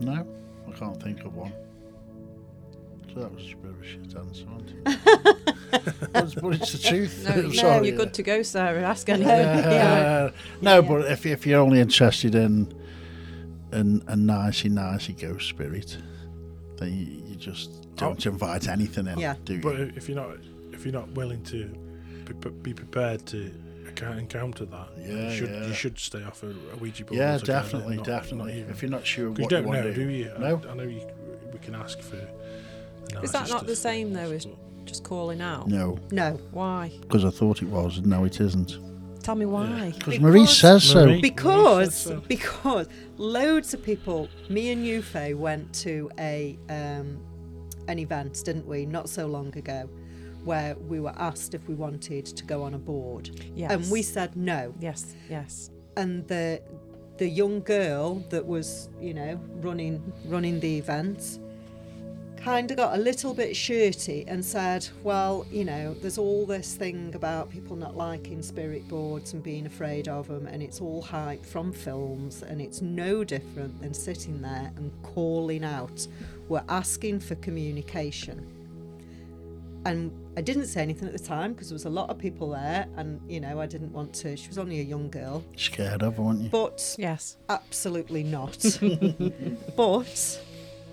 Speaker 1: no, I can't think of one. So that was a bit of a shit answer, wasn't it? but, but it's the truth.
Speaker 2: No,
Speaker 1: I'm
Speaker 2: no,
Speaker 1: sorry.
Speaker 2: you're good to go, Sarah. Ask anything.
Speaker 1: Uh,
Speaker 3: Yeah.
Speaker 1: no, but if, if you're only interested in in a nicey nicey ghost spirit, then you, you just don't invite anything in,
Speaker 3: Yeah.
Speaker 1: do you?
Speaker 4: Oh. But if you're not, if you're not willing to be, pre- be prepared to enc- encounter that, then
Speaker 1: Yeah,
Speaker 4: you should
Speaker 1: yeah.
Speaker 4: you should stay off a, a Ouija board.
Speaker 1: yeah,
Speaker 4: altogether and
Speaker 1: definitely,
Speaker 4: not-
Speaker 1: definitely.
Speaker 4: not even-
Speaker 1: if you're not sure
Speaker 4: 'cause
Speaker 1: what
Speaker 4: you don't
Speaker 1: want
Speaker 4: know,
Speaker 1: to do,
Speaker 4: do you? I-
Speaker 1: No.
Speaker 4: I, know you, we can ask for. the
Speaker 2: Is that not the
Speaker 4: nicest
Speaker 2: same, though,
Speaker 4: things,
Speaker 2: as- Just calling out.
Speaker 1: no,
Speaker 3: No.
Speaker 2: Why?
Speaker 1: because I thought it was, and now it isn't.
Speaker 2: Tell me why.
Speaker 1: Because Marie says so.
Speaker 4: Marie-
Speaker 3: because
Speaker 4: Yes, that's
Speaker 3: because loads of people me and you Faye went to a um, an event didn't we not so long ago where we were asked if we wanted to go on a board
Speaker 2: Yes.
Speaker 3: and we said no
Speaker 2: Yes, yes.
Speaker 3: and the the young girl that was you know running running the event kind of got a little bit shirty and said well you know there's all this thing about people not liking spirit boards and being afraid of them and it's all hype from films and it's no different than sitting there and calling out we're asking for communication and I didn't say anything at the time because there was a lot of people there and you know I didn't want to she was only a young girl
Speaker 1: Scared of, aren't you?
Speaker 3: but
Speaker 2: Yes.
Speaker 3: absolutely not. but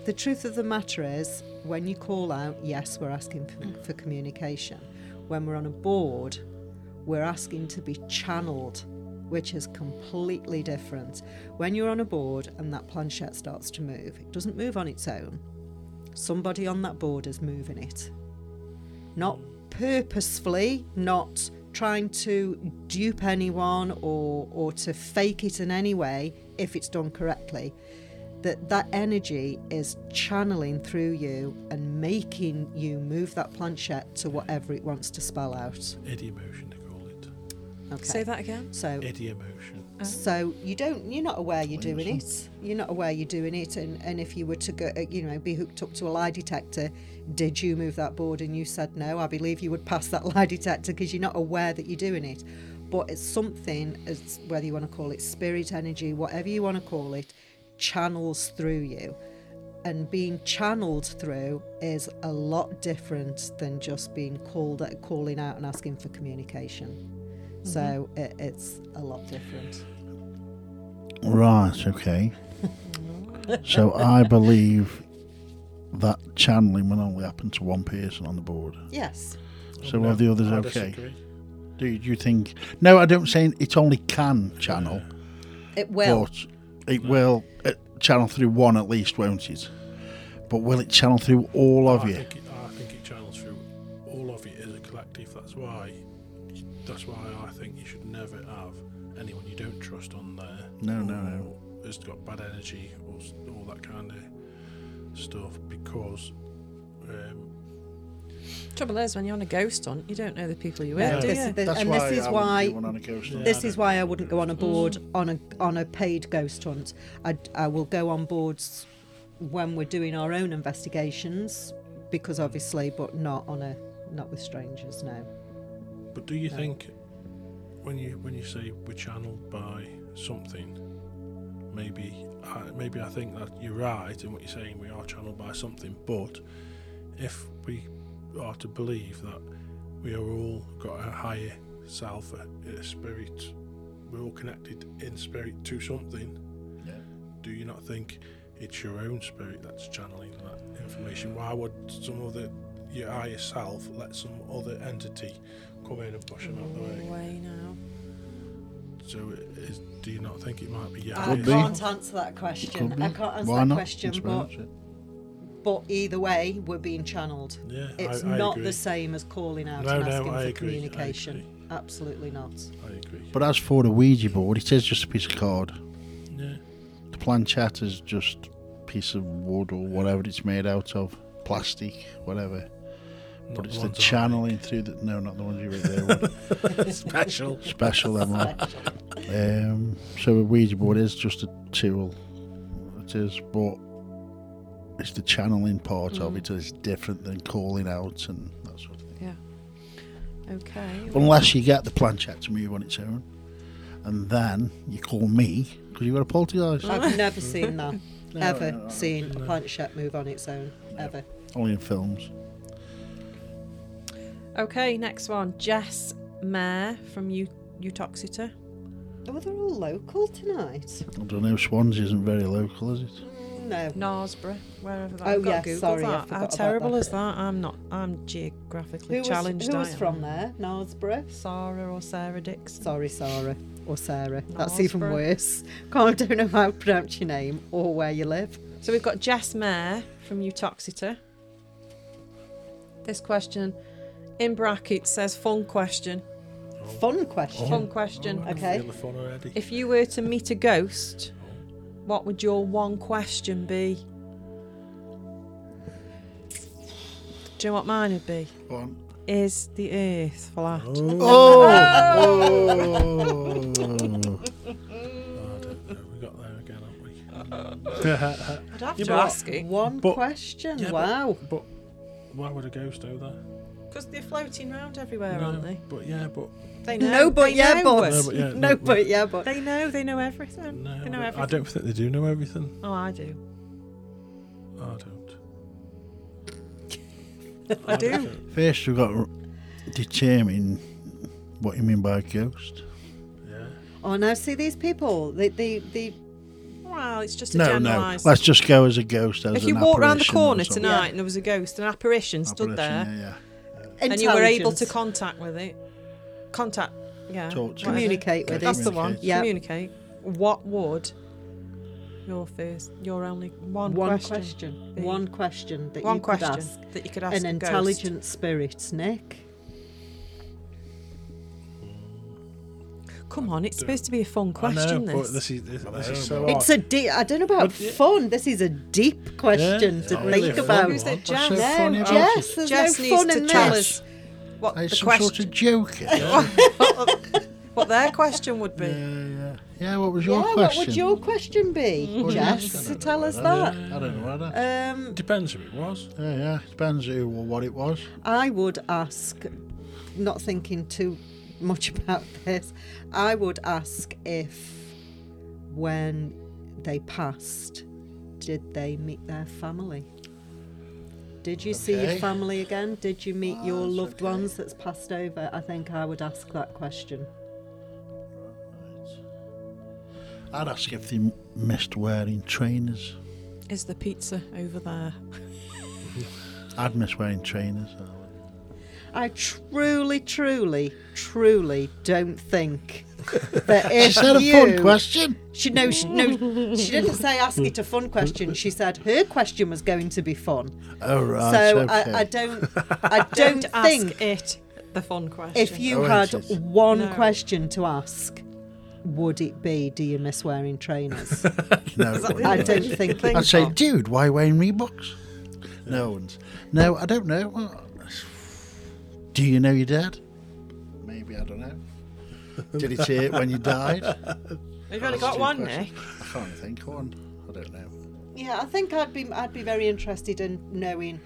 Speaker 3: the truth of the matter is, when you call out, yes, we're asking for, for communication. When we're on a board, we're asking to be channeled, which is completely different. When you're on a board and that planchette starts to move, it doesn't move on its own. Somebody on that board is moving it. Not purposefully, not trying to dupe anyone or or to fake it in any way if it's done correctly that that energy is channeling through you and making you move that planchette to whatever it wants to spell out
Speaker 4: Eddie emotion, they call it.
Speaker 3: okay
Speaker 2: Say that again.
Speaker 3: so
Speaker 4: Eddie emotion.
Speaker 3: so you don't you're not aware you're doing it you're not aware you're doing it and and if you were to go uh, you know be hooked up to a lie detector did you move that board and you said no i believe you would pass that lie detector because you're not aware that you're doing it but it's something as whether you want to call it spirit energy whatever you want to call it channels through you and being channeled through is a lot different than just being called calling out and asking for communication so it, it's a lot different
Speaker 1: Right, okay. so I believe that channeling will only happen to one person on the board.
Speaker 3: Yes.
Speaker 1: So are the others
Speaker 4: I
Speaker 1: okay?
Speaker 4: disagree.
Speaker 1: Do you, do you think? No, I don't say it only can channel,
Speaker 3: It will.
Speaker 1: but it will it channel through one at least, won't it? But will it channel through all of
Speaker 4: I
Speaker 1: you?
Speaker 4: Think it, I think it channels through all of you as a collective. That's why. That's why I think you should never have anyone you don't trust on there.
Speaker 1: No, no,
Speaker 4: or
Speaker 1: no.
Speaker 4: Has got bad energy or s- all that kind of stuff because. Um,
Speaker 2: Trouble is, when you're on a ghost hunt, you don't know the people you're
Speaker 3: No,
Speaker 2: with, do
Speaker 3: this-
Speaker 2: you?
Speaker 3: this-
Speaker 1: That's
Speaker 3: and
Speaker 1: why
Speaker 3: this is
Speaker 1: I wouldn't
Speaker 3: why
Speaker 1: do one on a ghost hunt.
Speaker 3: this is why I wouldn't go on a board on a on a paid ghost hunt. I, I will go on boards when we're doing our own investigations because obviously, but not on a not with strangers. No.
Speaker 4: but do you
Speaker 3: No.
Speaker 4: think when you when you say we're channeled by something, maybe I, maybe I think that you're right in what you're saying. We are channeled by something, but if we are to believe that we are all got a higher self, a, a spirit, we're all connected in spirit to something.
Speaker 1: Yeah.
Speaker 4: Do you not think it's your own spirit that's channeling that information? Why would some other your higher self let some other entity come in and push them out the way?
Speaker 2: Way now.
Speaker 4: So, it is, do you not think it might be
Speaker 3: I
Speaker 1: Could be.
Speaker 4: Yahweh?
Speaker 3: can't answer that question.
Speaker 1: Could be.
Speaker 3: I can't answer
Speaker 1: Why
Speaker 3: that
Speaker 1: not?
Speaker 3: question,
Speaker 1: It's
Speaker 3: but,
Speaker 1: about it.
Speaker 3: but either way, we're being channeled.
Speaker 4: Yeah, I-
Speaker 3: It's
Speaker 4: I
Speaker 3: not
Speaker 4: agree.
Speaker 3: the same as calling out
Speaker 4: No,
Speaker 3: and
Speaker 4: no,
Speaker 3: asking
Speaker 4: I agree,
Speaker 3: for
Speaker 4: I
Speaker 3: communication. Absolutely not.
Speaker 4: I agree.
Speaker 1: But as for the Ouija board, it is just a piece of card.
Speaker 4: Yeah,
Speaker 1: The planchette is just a piece of wood or whatever it's made out of, plastic, whatever.
Speaker 4: not
Speaker 1: But it's the
Speaker 4: ones I
Speaker 1: channeling through the no, not the ones you read there. one.
Speaker 4: like. special.
Speaker 1: Special them one. Um, so a Ouija board is just a tool. It is, but it's the channeling part of it is different than calling out and that sort of thing.
Speaker 2: Yeah. Okay.
Speaker 1: Unless you get the planchette to move on its own, and then you call me because you've got a poltergeist.
Speaker 3: I've never seen that.
Speaker 1: No,
Speaker 3: ever
Speaker 1: no, no,
Speaker 3: seen a planchette move on its own. Ever.
Speaker 1: Only in films.
Speaker 2: Okay, next one. Jess Mare from U- Utoxeter.
Speaker 3: Oh, they're all local tonight.
Speaker 1: I don't know. Swansea isn't very local, is it?
Speaker 3: Mm, No.
Speaker 2: Narsborough, wherever that.
Speaker 3: Oh,
Speaker 2: I've got to
Speaker 3: yes,
Speaker 2: Google
Speaker 3: sorry, I
Speaker 2: that.
Speaker 3: forgot
Speaker 2: How
Speaker 3: about
Speaker 2: terrible
Speaker 3: that.
Speaker 2: is that? I'm not. I'm geographically
Speaker 3: Who was,
Speaker 2: challenged.
Speaker 3: who was
Speaker 2: I am.
Speaker 3: from there? Knaresborough?
Speaker 2: Sarah or Sarah Dixon.
Speaker 3: Sorry, Sarah. Or Sarah. That's even
Speaker 2: Knaresborough.
Speaker 3: worse. Can't, I don't know how to pronounce your name or where you live.
Speaker 2: So we've got Jess Mare from Utoxeter. This question, in brackets, says fun question.
Speaker 3: Fun question.
Speaker 2: Fun question.
Speaker 4: Oh, I can
Speaker 3: Okay.
Speaker 4: feel the fun already.
Speaker 2: If you were to meet a ghost, what would your one question be? Do you know what mine would be?
Speaker 1: Go on.
Speaker 2: Is the earth flat?
Speaker 1: Oh!
Speaker 4: Oh, I don't know. We got there again, haven't we?
Speaker 2: I'd have
Speaker 4: Yeah,
Speaker 2: to
Speaker 4: but-
Speaker 2: ask it.
Speaker 3: One
Speaker 4: But-
Speaker 3: question.
Speaker 4: Yeah, but-
Speaker 3: wow.
Speaker 4: But why would a ghost go there?
Speaker 2: Because they're floating around everywhere,
Speaker 4: No,
Speaker 2: aren't they?
Speaker 4: But yeah, but
Speaker 2: They know.
Speaker 3: No, but
Speaker 2: they know.
Speaker 3: yeah, but.
Speaker 4: No, but yeah,
Speaker 3: No,
Speaker 4: no,
Speaker 3: but yeah, but.
Speaker 2: They know. They know everything.
Speaker 4: no,
Speaker 2: they know
Speaker 4: I don't- I
Speaker 2: everything.
Speaker 4: don't think they do know everything.
Speaker 2: Oh, I do.
Speaker 4: I don't.
Speaker 2: I do.
Speaker 4: don't.
Speaker 1: First, we've got to determine what you mean by ghost.
Speaker 4: Yeah.
Speaker 3: Oh, now see these people. They, they, they,
Speaker 2: Well, it's just a
Speaker 1: No, no.
Speaker 2: generalised.
Speaker 1: Let's just go as a ghost. As
Speaker 2: if you
Speaker 1: an
Speaker 2: walked round the
Speaker 1: apparition or
Speaker 2: corner
Speaker 1: something.
Speaker 2: tonight and there was a ghost, an apparition stood
Speaker 1: Apparition,
Speaker 2: there,
Speaker 1: Yeah,
Speaker 2: and you were able
Speaker 3: intelligent.
Speaker 2: to contact with it, contact, yeah,
Speaker 1: Talk to it.
Speaker 2: whatever.
Speaker 3: Communicate with
Speaker 2: That's
Speaker 3: it.
Speaker 2: the one.
Speaker 3: Yeah.
Speaker 2: Communicate. What would your first, your only one,
Speaker 3: one
Speaker 2: question,
Speaker 3: question.
Speaker 2: be?
Speaker 3: One question that
Speaker 2: one
Speaker 3: you
Speaker 2: question
Speaker 3: could ask
Speaker 2: that you could ask
Speaker 3: an
Speaker 2: a ghost?
Speaker 3: intelligent spirit, Nick.
Speaker 2: Come on, it's supposed to be a fun
Speaker 4: I know,
Speaker 2: question.
Speaker 4: but
Speaker 2: this.
Speaker 4: this is this, this is so
Speaker 3: It's a deep. I don't know about fun. This is a deep question
Speaker 4: Yeah,
Speaker 3: to
Speaker 4: it's
Speaker 3: think
Speaker 4: really a fun
Speaker 3: about.
Speaker 4: one.
Speaker 2: Who's that?
Speaker 1: yeah. What's
Speaker 2: Jess.
Speaker 1: so
Speaker 2: No,
Speaker 1: funny
Speaker 3: No,
Speaker 1: about
Speaker 3: Jess,
Speaker 1: it?
Speaker 3: there's
Speaker 2: Jess
Speaker 3: no
Speaker 2: needs
Speaker 3: fun
Speaker 2: to
Speaker 3: in
Speaker 2: tell
Speaker 3: this.
Speaker 2: us what
Speaker 1: It's
Speaker 2: the
Speaker 1: some
Speaker 2: question,
Speaker 1: sort of joke. yeah,
Speaker 2: what their question would be.
Speaker 1: yeah. Yeah, what was
Speaker 3: Yeah,
Speaker 1: your
Speaker 3: what
Speaker 1: question?
Speaker 3: would your question be,
Speaker 1: What do you
Speaker 3: Jess?
Speaker 1: ask?
Speaker 3: To tell us
Speaker 1: Yeah,
Speaker 3: that.
Speaker 1: I don't know. I don't.
Speaker 3: Um,
Speaker 4: depends who it was.
Speaker 1: yeah, yeah. Depends who or what it was.
Speaker 3: I would ask, not thinking too much about this, I would ask if when they passed, did they meet their family? Did you see your
Speaker 1: Okay.
Speaker 3: family again? Did you meet your loved ones that's passed over? I think I would ask that question.
Speaker 1: I'd ask if they m- missed wearing trainers.
Speaker 2: Is the pizza over there?
Speaker 1: I'd miss wearing trainers. I would.
Speaker 3: I truly, truly, truly don't think that if
Speaker 1: Is that a
Speaker 3: you
Speaker 1: fun question?
Speaker 3: She no, she, no. She didn't say ask it a fun question. She said her question was going to be fun.
Speaker 1: Oh right.
Speaker 3: so
Speaker 1: okay.
Speaker 3: I, I don't, I don't,
Speaker 2: Don't ask
Speaker 3: think
Speaker 2: it the fun question.
Speaker 3: if you
Speaker 1: Oh,
Speaker 3: had
Speaker 1: it is.
Speaker 3: one
Speaker 2: No.
Speaker 3: question to ask, would it be? Do you miss wearing trainers?
Speaker 1: no,
Speaker 3: I
Speaker 1: wouldn't.
Speaker 3: don't think.
Speaker 1: I'd say, dude, why wearing Reeboks? No one's. No, I don't know. Well, Do you know your dad? Maybe I don't know. Did he hear it when you died? I
Speaker 2: You've only got
Speaker 1: two
Speaker 2: one,
Speaker 1: questions.
Speaker 2: Nick.
Speaker 1: can't think. Go on. I don't know.
Speaker 3: Yeah, I think I'd be, I'd be very interested in knowing.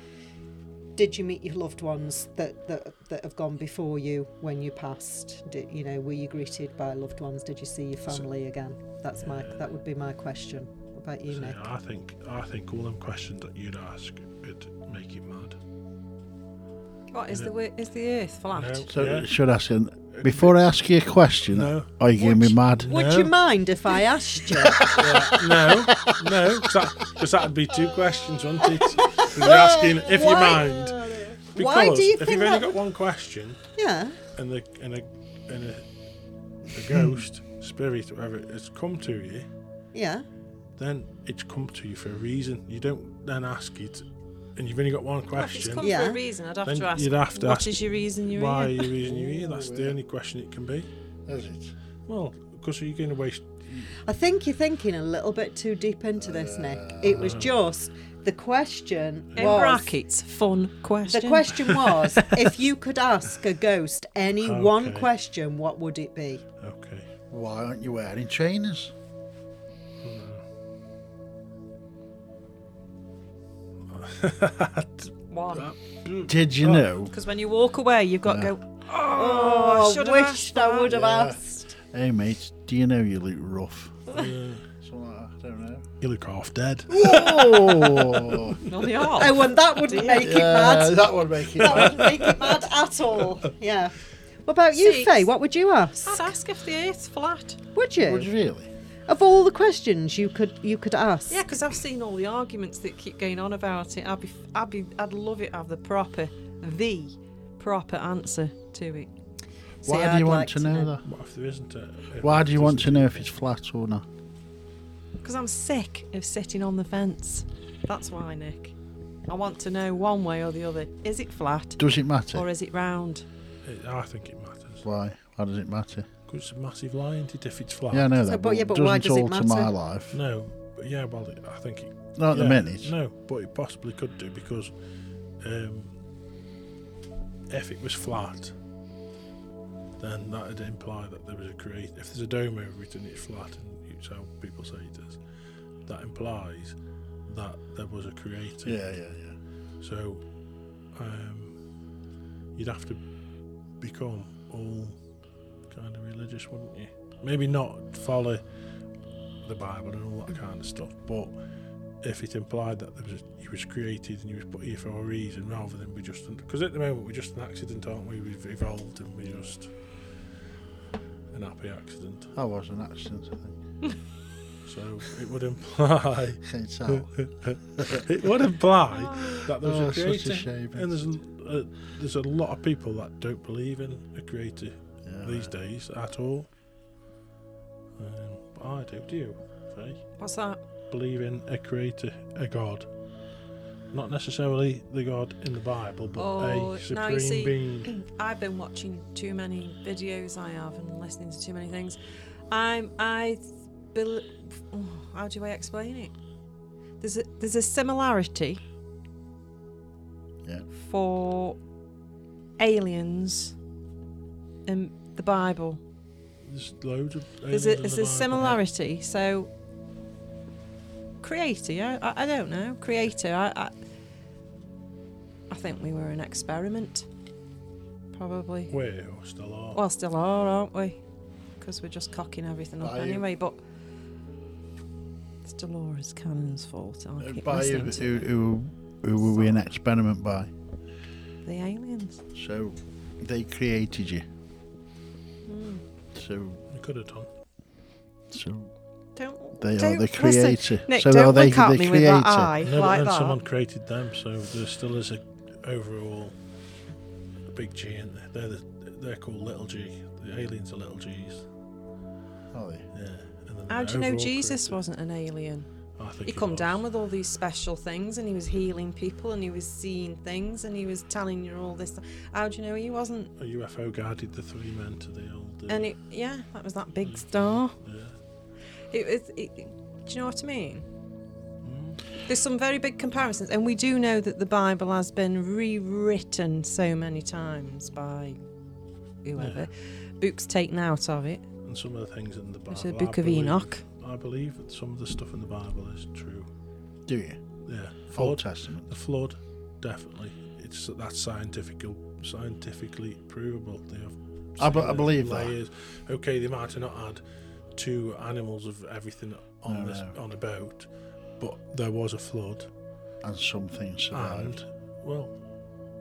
Speaker 3: Did you meet your loved ones that, that that have gone before you when you passed? Did, you know, were you greeted by loved ones? Did you see your family again? That's my that would be my question. What about you,
Speaker 4: So,
Speaker 3: Nick?
Speaker 4: yeah, I think I think all them questions that you'd ask would make it mad.
Speaker 2: What is the wor- is the Earth flat?
Speaker 4: No.
Speaker 1: So
Speaker 4: Yeah.
Speaker 1: should I ask him, before I ask you a question?
Speaker 4: No.
Speaker 1: Are you going to be mad?
Speaker 3: Would
Speaker 4: No.
Speaker 3: you mind if I asked you?
Speaker 4: no, no, because that would be two questions, wouldn't it? 'Cause You're asking if you
Speaker 3: Why-
Speaker 4: mind. Because
Speaker 3: Why do you
Speaker 4: if
Speaker 3: think
Speaker 4: you've only
Speaker 3: that-
Speaker 4: got one question
Speaker 3: yeah.
Speaker 4: and the and a and a the ghost, spirit, whatever, it's come to you,
Speaker 3: Yeah.
Speaker 4: then it's come to you for a reason. You don't then ask it, and you've only got one
Speaker 2: Well, if it's
Speaker 4: question.
Speaker 2: come for
Speaker 3: Yeah.
Speaker 2: a reason, I'd have
Speaker 4: Then
Speaker 2: to ask.
Speaker 4: you'd have to
Speaker 2: what
Speaker 4: ask
Speaker 2: is your reason you're
Speaker 4: Why are
Speaker 2: here?
Speaker 4: you reason you here? That's
Speaker 1: Oh,
Speaker 4: the only question it can be.
Speaker 1: That's it.
Speaker 4: Well, because you're going to waste.
Speaker 3: I think you're thinking a little bit too deep into this, Nick. It
Speaker 4: Uh.
Speaker 3: was just the question
Speaker 2: In
Speaker 3: was.
Speaker 2: brackets, fun question.
Speaker 3: The question was if you could ask a ghost any one
Speaker 4: Okay.
Speaker 3: question, what would it be?
Speaker 4: Okay.
Speaker 1: Why aren't you wearing trainers?
Speaker 2: One.
Speaker 1: Did
Speaker 4: Oh.
Speaker 1: you know?
Speaker 2: Because when you walk away, you've got to go.
Speaker 3: Oh,
Speaker 2: should've
Speaker 3: wished
Speaker 2: asked
Speaker 3: I
Speaker 2: that.
Speaker 3: would have
Speaker 1: Yeah.
Speaker 3: asked.
Speaker 1: Hey, mate, do you know you look rough?
Speaker 4: Yeah.
Speaker 1: Something like that. I don't know.
Speaker 4: You look half dead.
Speaker 1: Oh,
Speaker 2: No, they are.
Speaker 3: Oh, and that wouldn't make it
Speaker 1: yeah,
Speaker 3: bad.
Speaker 1: that would make it.
Speaker 3: That
Speaker 1: bad.
Speaker 3: wouldn't make it bad at all. Yeah. What about you,
Speaker 2: Six. Uh,
Speaker 3: Faye? What would you ask?
Speaker 2: I'd ask if the earth's flat.
Speaker 3: Would
Speaker 1: Would
Speaker 3: you?
Speaker 1: you really?
Speaker 3: Of all the questions you could you could ask.
Speaker 2: Yeah, because I've seen all the arguments that keep going on about it. I'd be, I'd be, I'd love it to have the proper, the proper answer to it.
Speaker 3: See,
Speaker 1: Why do
Speaker 3: I'd
Speaker 1: you want
Speaker 3: like
Speaker 1: to know that?
Speaker 4: What if there isn't a.
Speaker 1: Why do you want to know if it's flat or not?
Speaker 2: Because I'm sick of sitting on the fence. That's why, Nick. I want to know one way or the other. Is it flat
Speaker 1: Does it matter?
Speaker 2: or is it round?
Speaker 4: It, I think it matters.
Speaker 1: Why? Why does it matter?
Speaker 4: Because it's a massive lie, isn't it, if it's flat?
Speaker 1: Yeah, I know
Speaker 3: So,
Speaker 1: that.
Speaker 3: but-
Speaker 1: But,
Speaker 3: yeah, but
Speaker 1: doesn't
Speaker 3: why does it
Speaker 1: alter my
Speaker 3: matter?
Speaker 1: life.
Speaker 4: No. But yeah, well, it, I think it.
Speaker 1: Not at the
Speaker 4: yeah,
Speaker 1: minute.
Speaker 4: No, but it possibly could do because um, if it was flat, then that would imply that there was a create. If there's a dome over it and it's flat, and it's how people say it is, that implies that there was a creator.
Speaker 1: Yeah, yeah, yeah.
Speaker 4: So um, you'd have to become all kind of religious, wouldn't you? Maybe not follow the Bible and all that kind of stuff, but if it implied that there was a, he was created and he was put here for a reason rather than we just because at the moment we're just an accident, aren't we? We've evolved and we're just an happy accident.
Speaker 1: That was an accident, I
Speaker 4: So it would imply
Speaker 1: think. Can't tell.
Speaker 4: it would imply that there's
Speaker 1: Oh,
Speaker 4: a
Speaker 1: such a
Speaker 4: creator,
Speaker 1: shame.
Speaker 4: and there's a, a, there's a lot of people that don't believe in a creator
Speaker 1: Yeah.
Speaker 4: these days at all. Um, but I do. Do you? Faye?
Speaker 2: What's that?
Speaker 4: Believe in a creator, a god. Not necessarily the god in the Bible, but
Speaker 2: Oh,
Speaker 4: a
Speaker 2: now you
Speaker 4: supreme
Speaker 2: see-
Speaker 4: being.
Speaker 2: I've been watching too many videos. I have and listening to too many things. I'm I, bel oh, how do I explain it? There's a there's a similarity
Speaker 1: Yeah.
Speaker 2: for aliens in the Bible.
Speaker 4: There's loads of.
Speaker 2: There's
Speaker 4: aliens
Speaker 2: a
Speaker 4: in
Speaker 2: there's
Speaker 4: the
Speaker 2: a
Speaker 4: Bible.
Speaker 2: similarity. So creator, yeah, I, I don't know creator. I, I I think we were an experiment, probably.
Speaker 4: We're still are.
Speaker 2: Well, still are, aren't we? Because we're just cocking everything up
Speaker 1: By you-
Speaker 2: anyway. But it's Dolores Cannon's fault. I keep
Speaker 1: By who,
Speaker 2: listening to
Speaker 1: who, who, who were we an experiment by?
Speaker 2: the aliens.
Speaker 1: So they created you.
Speaker 2: Hmm.
Speaker 1: So,
Speaker 4: we could have done.
Speaker 1: so
Speaker 2: Don't
Speaker 1: they are
Speaker 2: don't,
Speaker 1: the
Speaker 2: listen,
Speaker 1: creator.
Speaker 2: Nick,
Speaker 1: so
Speaker 2: don't
Speaker 1: are they
Speaker 2: look at
Speaker 1: the
Speaker 2: me
Speaker 1: creator?
Speaker 2: with that eye
Speaker 4: No, but
Speaker 2: like
Speaker 4: then
Speaker 2: that.
Speaker 4: someone created them, so there still is a overall big G in there. They're the, they're called little G. The aliens are little G's.
Speaker 1: Are they?
Speaker 4: Yeah. And then
Speaker 2: How
Speaker 4: the
Speaker 2: do you know
Speaker 4: overall
Speaker 2: Jesus
Speaker 4: created-
Speaker 2: wasn't an alien?
Speaker 4: I think
Speaker 2: He
Speaker 4: it
Speaker 2: come
Speaker 4: was.
Speaker 2: down with all these special things, and he was healing people, and he was seeing things, and he was telling you all this. How do you know he wasn't?
Speaker 4: A UFO guided the three men to the old. Uh,
Speaker 2: And it, yeah, that was that big star.
Speaker 4: yeah.
Speaker 2: It, was it, it- do you know what I mean? There's some very big comparisons, and we do know that the Bible has been rewritten so many times by whoever. Books taken out of it.
Speaker 4: And some of the things in the Bible.
Speaker 2: There's the
Speaker 4: I
Speaker 2: Book of
Speaker 4: believe-
Speaker 2: Enoch.
Speaker 4: I believe that some of the stuff in the Bible is true.
Speaker 1: Do you?
Speaker 4: Yeah.
Speaker 1: Old
Speaker 4: Flood.
Speaker 1: Testament.
Speaker 4: The flood, definitely. It's that's scientifical, scientifically provable. They have.
Speaker 1: I be-
Speaker 4: seen
Speaker 1: I
Speaker 4: the
Speaker 1: believe that.
Speaker 4: layers. Okay, they might have not had two animals of everything on
Speaker 1: No,
Speaker 4: this
Speaker 1: no.
Speaker 4: on a boat, but there was a flood,
Speaker 1: And something survived.
Speaker 4: and well,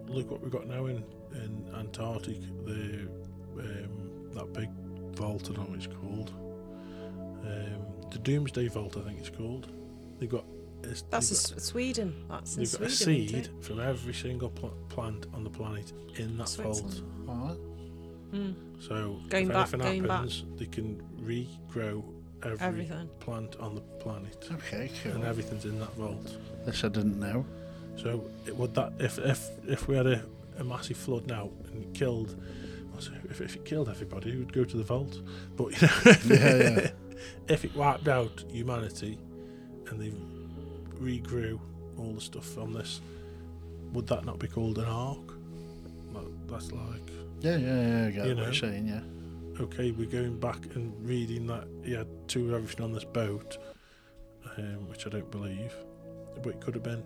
Speaker 4: look what we got now in in Antarctic. The um, that big vault, I don't know what it's called. Um, the Doomsday Vault, I think it's called. They've got. It's,
Speaker 2: That's
Speaker 4: they've
Speaker 2: in S- Sweden. That's in
Speaker 4: They've
Speaker 2: Sweden.
Speaker 4: got a
Speaker 2: isn't
Speaker 4: seed
Speaker 2: it?
Speaker 4: from every single pl- plant on the planet in that
Speaker 2: Switzerland.
Speaker 4: vault.
Speaker 1: Alright.
Speaker 2: Mm.
Speaker 4: So
Speaker 2: Going
Speaker 4: if
Speaker 2: back,
Speaker 4: anything
Speaker 2: going back.
Speaker 4: happens, they can regrow every
Speaker 2: Everything.
Speaker 4: plant on the planet,
Speaker 1: Okay,
Speaker 4: and
Speaker 1: cool.
Speaker 4: everything's in that vault.
Speaker 1: This I didn't know.
Speaker 4: So it would that if if if we had a, a massive flood now and it killed, what's it- if if it killed everybody, it would go to the vault. But you know, if,
Speaker 1: Yeah, yeah.
Speaker 4: if it wiped out humanity, and they regrew all the stuff from this, would that not be called an ark? That, that's like
Speaker 1: Yeah, yeah, yeah. I get
Speaker 4: You
Speaker 1: what
Speaker 4: know.
Speaker 1: you're saying. Yeah.
Speaker 4: okay, we're going back and reading that he had two of everything on this boat, um, which I don't believe, but it could have been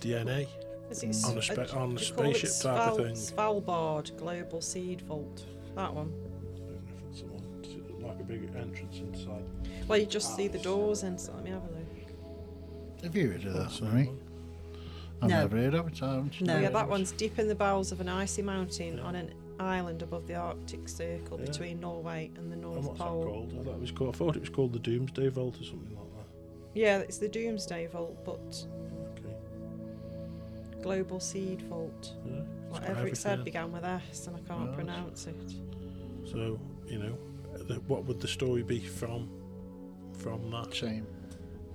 Speaker 4: DNA.
Speaker 2: Is it
Speaker 4: On a spa-
Speaker 2: uh,
Speaker 4: on
Speaker 2: they call
Speaker 4: a
Speaker 2: it
Speaker 4: spaceship type
Speaker 2: Sval-
Speaker 4: of thing.
Speaker 2: Svalbard Global Seed Vault. That one.
Speaker 4: I don't know if it's the one. Does it look like a big entrance inside?
Speaker 2: Well, you just see the doors and so let me have a look.
Speaker 1: Have you heard of that,
Speaker 4: That's the
Speaker 1: Mary?
Speaker 4: one.
Speaker 1: I've
Speaker 3: No.
Speaker 1: never heard of it. I haven't.
Speaker 3: No.
Speaker 2: yeah,
Speaker 4: Yeah.
Speaker 2: that one's deep in the bowels of an icy mountain
Speaker 4: Yeah.
Speaker 2: on an island above the Arctic Circle
Speaker 4: Yeah.
Speaker 2: between Norway and the
Speaker 4: And
Speaker 2: North
Speaker 4: what's that
Speaker 2: Pole.
Speaker 4: called? I thought it was called. I thought it was called the Doomsday Vault or something like
Speaker 2: Yeah, it's the Doomsday Vault, but
Speaker 4: that. Okay.
Speaker 2: Global Seed Vault.
Speaker 4: Yeah, it's got
Speaker 2: Whatever it said
Speaker 4: everything.
Speaker 2: began with S, and I can't
Speaker 1: Right.
Speaker 2: pronounce it.
Speaker 4: So you know, the, what would the story be from? From that.
Speaker 1: Same.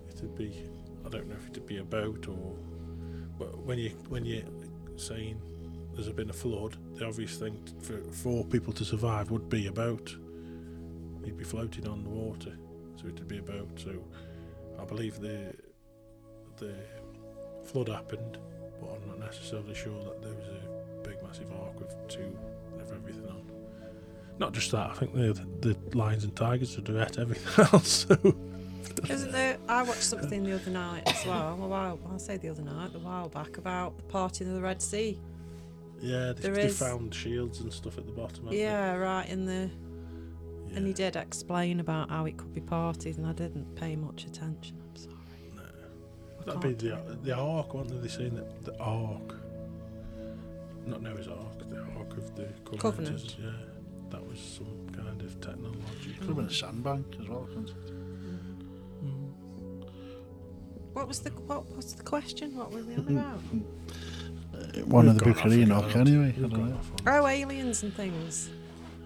Speaker 4: it'd be I don't know if it'd be a boat or but when you when you're saying there's been a flood, the obvious thing t- for for people to survive would be a boat. You'd be floating on the water, so it'd be a boat. So I believe the the flood happened, but I'm not necessarily sure that there was a big massive arc with two of everything on. Not just that, I think the the lions and tigers would have ate everything else. So.
Speaker 2: Isn't there? I watched something the other night as well. A while, I say the other night, a while back about the parting of the Red Sea.
Speaker 4: Yeah, they,
Speaker 2: There
Speaker 4: they
Speaker 2: is-
Speaker 4: found shields and stuff at the bottom. haven't they?
Speaker 2: Yeah, right in the.
Speaker 4: yeah.
Speaker 2: And he did explain about how it could be parties, and I didn't pay much attention. I'm sorry.
Speaker 4: No.
Speaker 2: I
Speaker 4: That'd
Speaker 2: can't
Speaker 4: be
Speaker 2: do
Speaker 4: the
Speaker 2: it.
Speaker 4: the ark, weren't they? They saying that the ark, not Noah's ark, the ark of the covenant.
Speaker 2: Covenant.
Speaker 4: is- Yeah, that was some kind of technology.
Speaker 1: Could have been a sandbank as well. couldn't it?
Speaker 2: What was the what was the question? What were we on
Speaker 1: Hmm.
Speaker 2: about?
Speaker 1: Uh, One of the
Speaker 4: We've gone off
Speaker 1: Bukhari
Speaker 4: on
Speaker 1: knock
Speaker 4: that.
Speaker 1: anyway. I
Speaker 4: We've
Speaker 1: don't
Speaker 4: gone
Speaker 1: know.
Speaker 4: off on
Speaker 2: oh, aliens and things.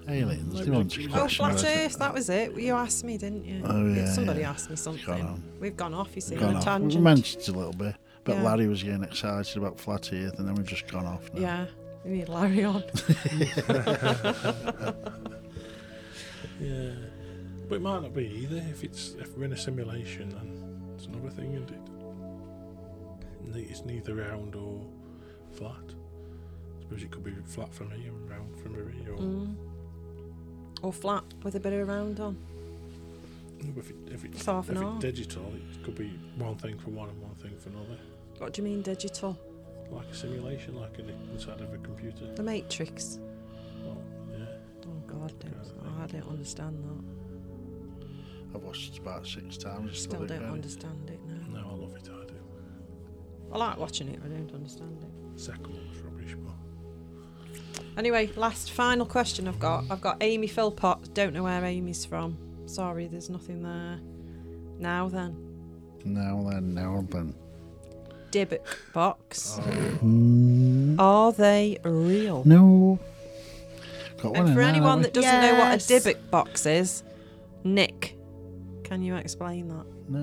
Speaker 1: Aliens.
Speaker 4: Like
Speaker 1: they want
Speaker 4: Richard-
Speaker 1: to
Speaker 2: Oh,
Speaker 1: question
Speaker 2: flat
Speaker 1: about it.
Speaker 2: Earth. That was it. You asked me, didn't you?
Speaker 1: Oh, yeah,
Speaker 2: Somebody
Speaker 1: yeah.
Speaker 2: asked me something.
Speaker 1: on.
Speaker 2: We've gone off. You see,
Speaker 1: Gone
Speaker 2: on a
Speaker 1: off. We
Speaker 2: tangent.
Speaker 1: mentioned it a little bit, but
Speaker 2: Yeah.
Speaker 1: Larry was getting excited about flat Earth, and then we've just gone off. Now.
Speaker 2: Yeah, we need Larry on.
Speaker 4: that. Yeah, but it might not be either. If it's if we're in a simulation, then it's another thing, isn't it? Ne- It's neither round or flat. I suppose it could be flat from here and round from here, or
Speaker 2: Mm. Or flat with a bit of round on.
Speaker 4: No, but If, it, if, it's,
Speaker 2: It's half
Speaker 4: if
Speaker 2: an
Speaker 4: it's
Speaker 2: hour.
Speaker 4: digital, it could be one thing for one and one thing for another.
Speaker 2: What do you mean digital?
Speaker 4: Like a simulation, like an, inside of a computer.
Speaker 2: The Matrix.
Speaker 4: Well, yeah.
Speaker 2: Oh God, I don't, I don't understand that.
Speaker 1: I've watched it about six times.
Speaker 2: Still don't
Speaker 1: think,
Speaker 2: understand it now.
Speaker 4: No, I love it, I do.
Speaker 2: I like watching it, but I don't understand it.
Speaker 4: Second one was rubbish, but
Speaker 2: Anyway, last final question I've got. I've got Amy Philpott. Don't know where Amy's from. Sorry, there's nothing there. Now then,
Speaker 1: eh? Now then, now then.
Speaker 2: Dybbuk box. Are they real?
Speaker 1: No. Got one
Speaker 2: And
Speaker 1: in
Speaker 2: for
Speaker 1: there,
Speaker 2: anyone that
Speaker 1: haven't
Speaker 2: doesn't know what a
Speaker 3: Yes.
Speaker 2: Dybbuk box is, Nick, can you explain that?
Speaker 1: we?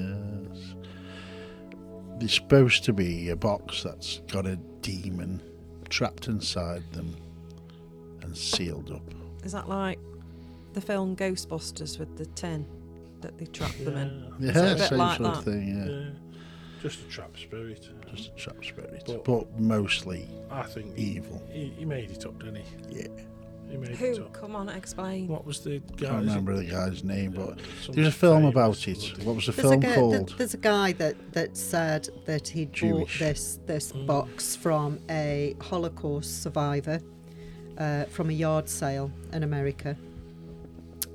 Speaker 1: No. Yes. There's supposed to be a box that's got a demon trapped inside them and sealed up.
Speaker 2: Is that like the film Ghostbusters with the tin that they trap them in?
Speaker 4: yeah.
Speaker 1: Yeah,
Speaker 2: a bit
Speaker 1: same
Speaker 2: like
Speaker 1: sort
Speaker 2: that?
Speaker 1: of thing. Yeah.
Speaker 4: yeah. Just a trap spirit.
Speaker 1: Just a trap spirit,
Speaker 4: But-
Speaker 1: but, mostly
Speaker 4: I think he,
Speaker 1: evil.
Speaker 4: he, he made it up, didn't he?
Speaker 1: Yeah.
Speaker 4: He made it
Speaker 2: Who?
Speaker 4: up.
Speaker 2: Come on, explain.
Speaker 4: What was the guy?
Speaker 1: I can't
Speaker 4: is it-
Speaker 1: remember the guy's name,
Speaker 4: yeah,
Speaker 1: but
Speaker 4: some
Speaker 1: there's a film
Speaker 4: famous
Speaker 1: about it.
Speaker 4: bloody-
Speaker 1: What was the
Speaker 3: There's
Speaker 1: film
Speaker 3: a, guy,
Speaker 1: called?
Speaker 3: th- there's a guy that, that said that he bought
Speaker 1: Jewish.
Speaker 3: this this box from a Holocaust survivor uh, from a yard sale in America,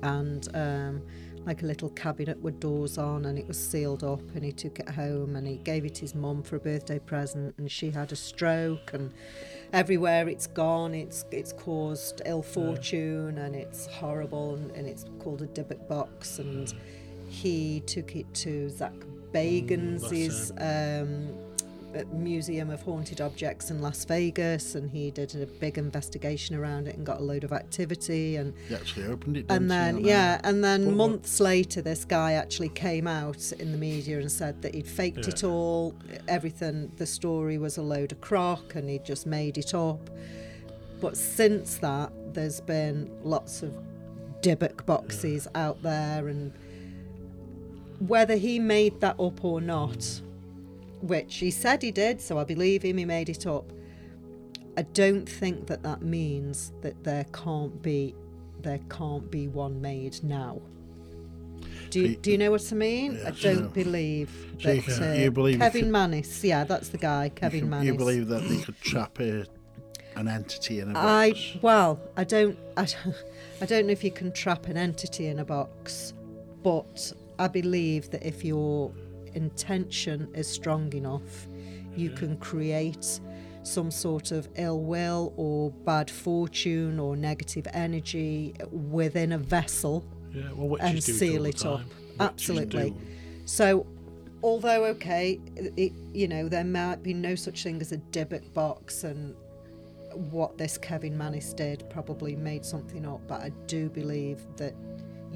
Speaker 3: and um, like a little cabinet with doors on, and it was sealed up. And he took it home and he gave it his mum for a birthday present, and she had a stroke and. Everywhere it's gone, it's it's caused ill fortune and it's horrible and, and it's called a Dybbuk box and he took it to Zach Bagans' um, uh, Museum of Haunted Objects in Las Vegas, and he did a big investigation around it and got a load of activity. And
Speaker 1: He actually opened it. didn't he,
Speaker 3: and then
Speaker 1: on
Speaker 3: yeah, and then
Speaker 4: But what-
Speaker 3: months later, this guy actually came out in the media and said that he'd faked it
Speaker 4: Yeah.
Speaker 3: all. Everything, the story was a load of crock, and he'd just made it up. But since that, there's been lots of Dybbuk boxes out there, and whether he made that up or not, which he said he did, so I believe him, he made it up. I don't think that that means that there can't be there can't be one made now. Do you,
Speaker 1: He-
Speaker 3: do you know what I mean? I
Speaker 1: Yes.
Speaker 3: don't believe
Speaker 1: So you
Speaker 3: that
Speaker 1: can-
Speaker 3: uh,
Speaker 1: you believe you
Speaker 3: Kevin
Speaker 1: can-
Speaker 3: Manis. Yeah, that's the guy,
Speaker 1: You
Speaker 3: Kevin
Speaker 1: can-
Speaker 3: Manis.
Speaker 1: You believe that they could trap a, an entity in a
Speaker 3: I
Speaker 1: box?
Speaker 3: well, I don't, I, don't- I don't know if you can trap an entity in a box, but I believe that if your intention is strong enough, you can create some sort of ill will or bad fortune or negative energy within a vessel
Speaker 4: Yeah, well, witches
Speaker 3: and
Speaker 4: do it all
Speaker 3: seal
Speaker 4: the
Speaker 3: it up.
Speaker 4: time. Witches
Speaker 3: Absolutely.
Speaker 4: do.
Speaker 3: So, although okay, it, you know there might be no such thing as a debit box, and what this Kevin Manis did probably made something up. But I do believe that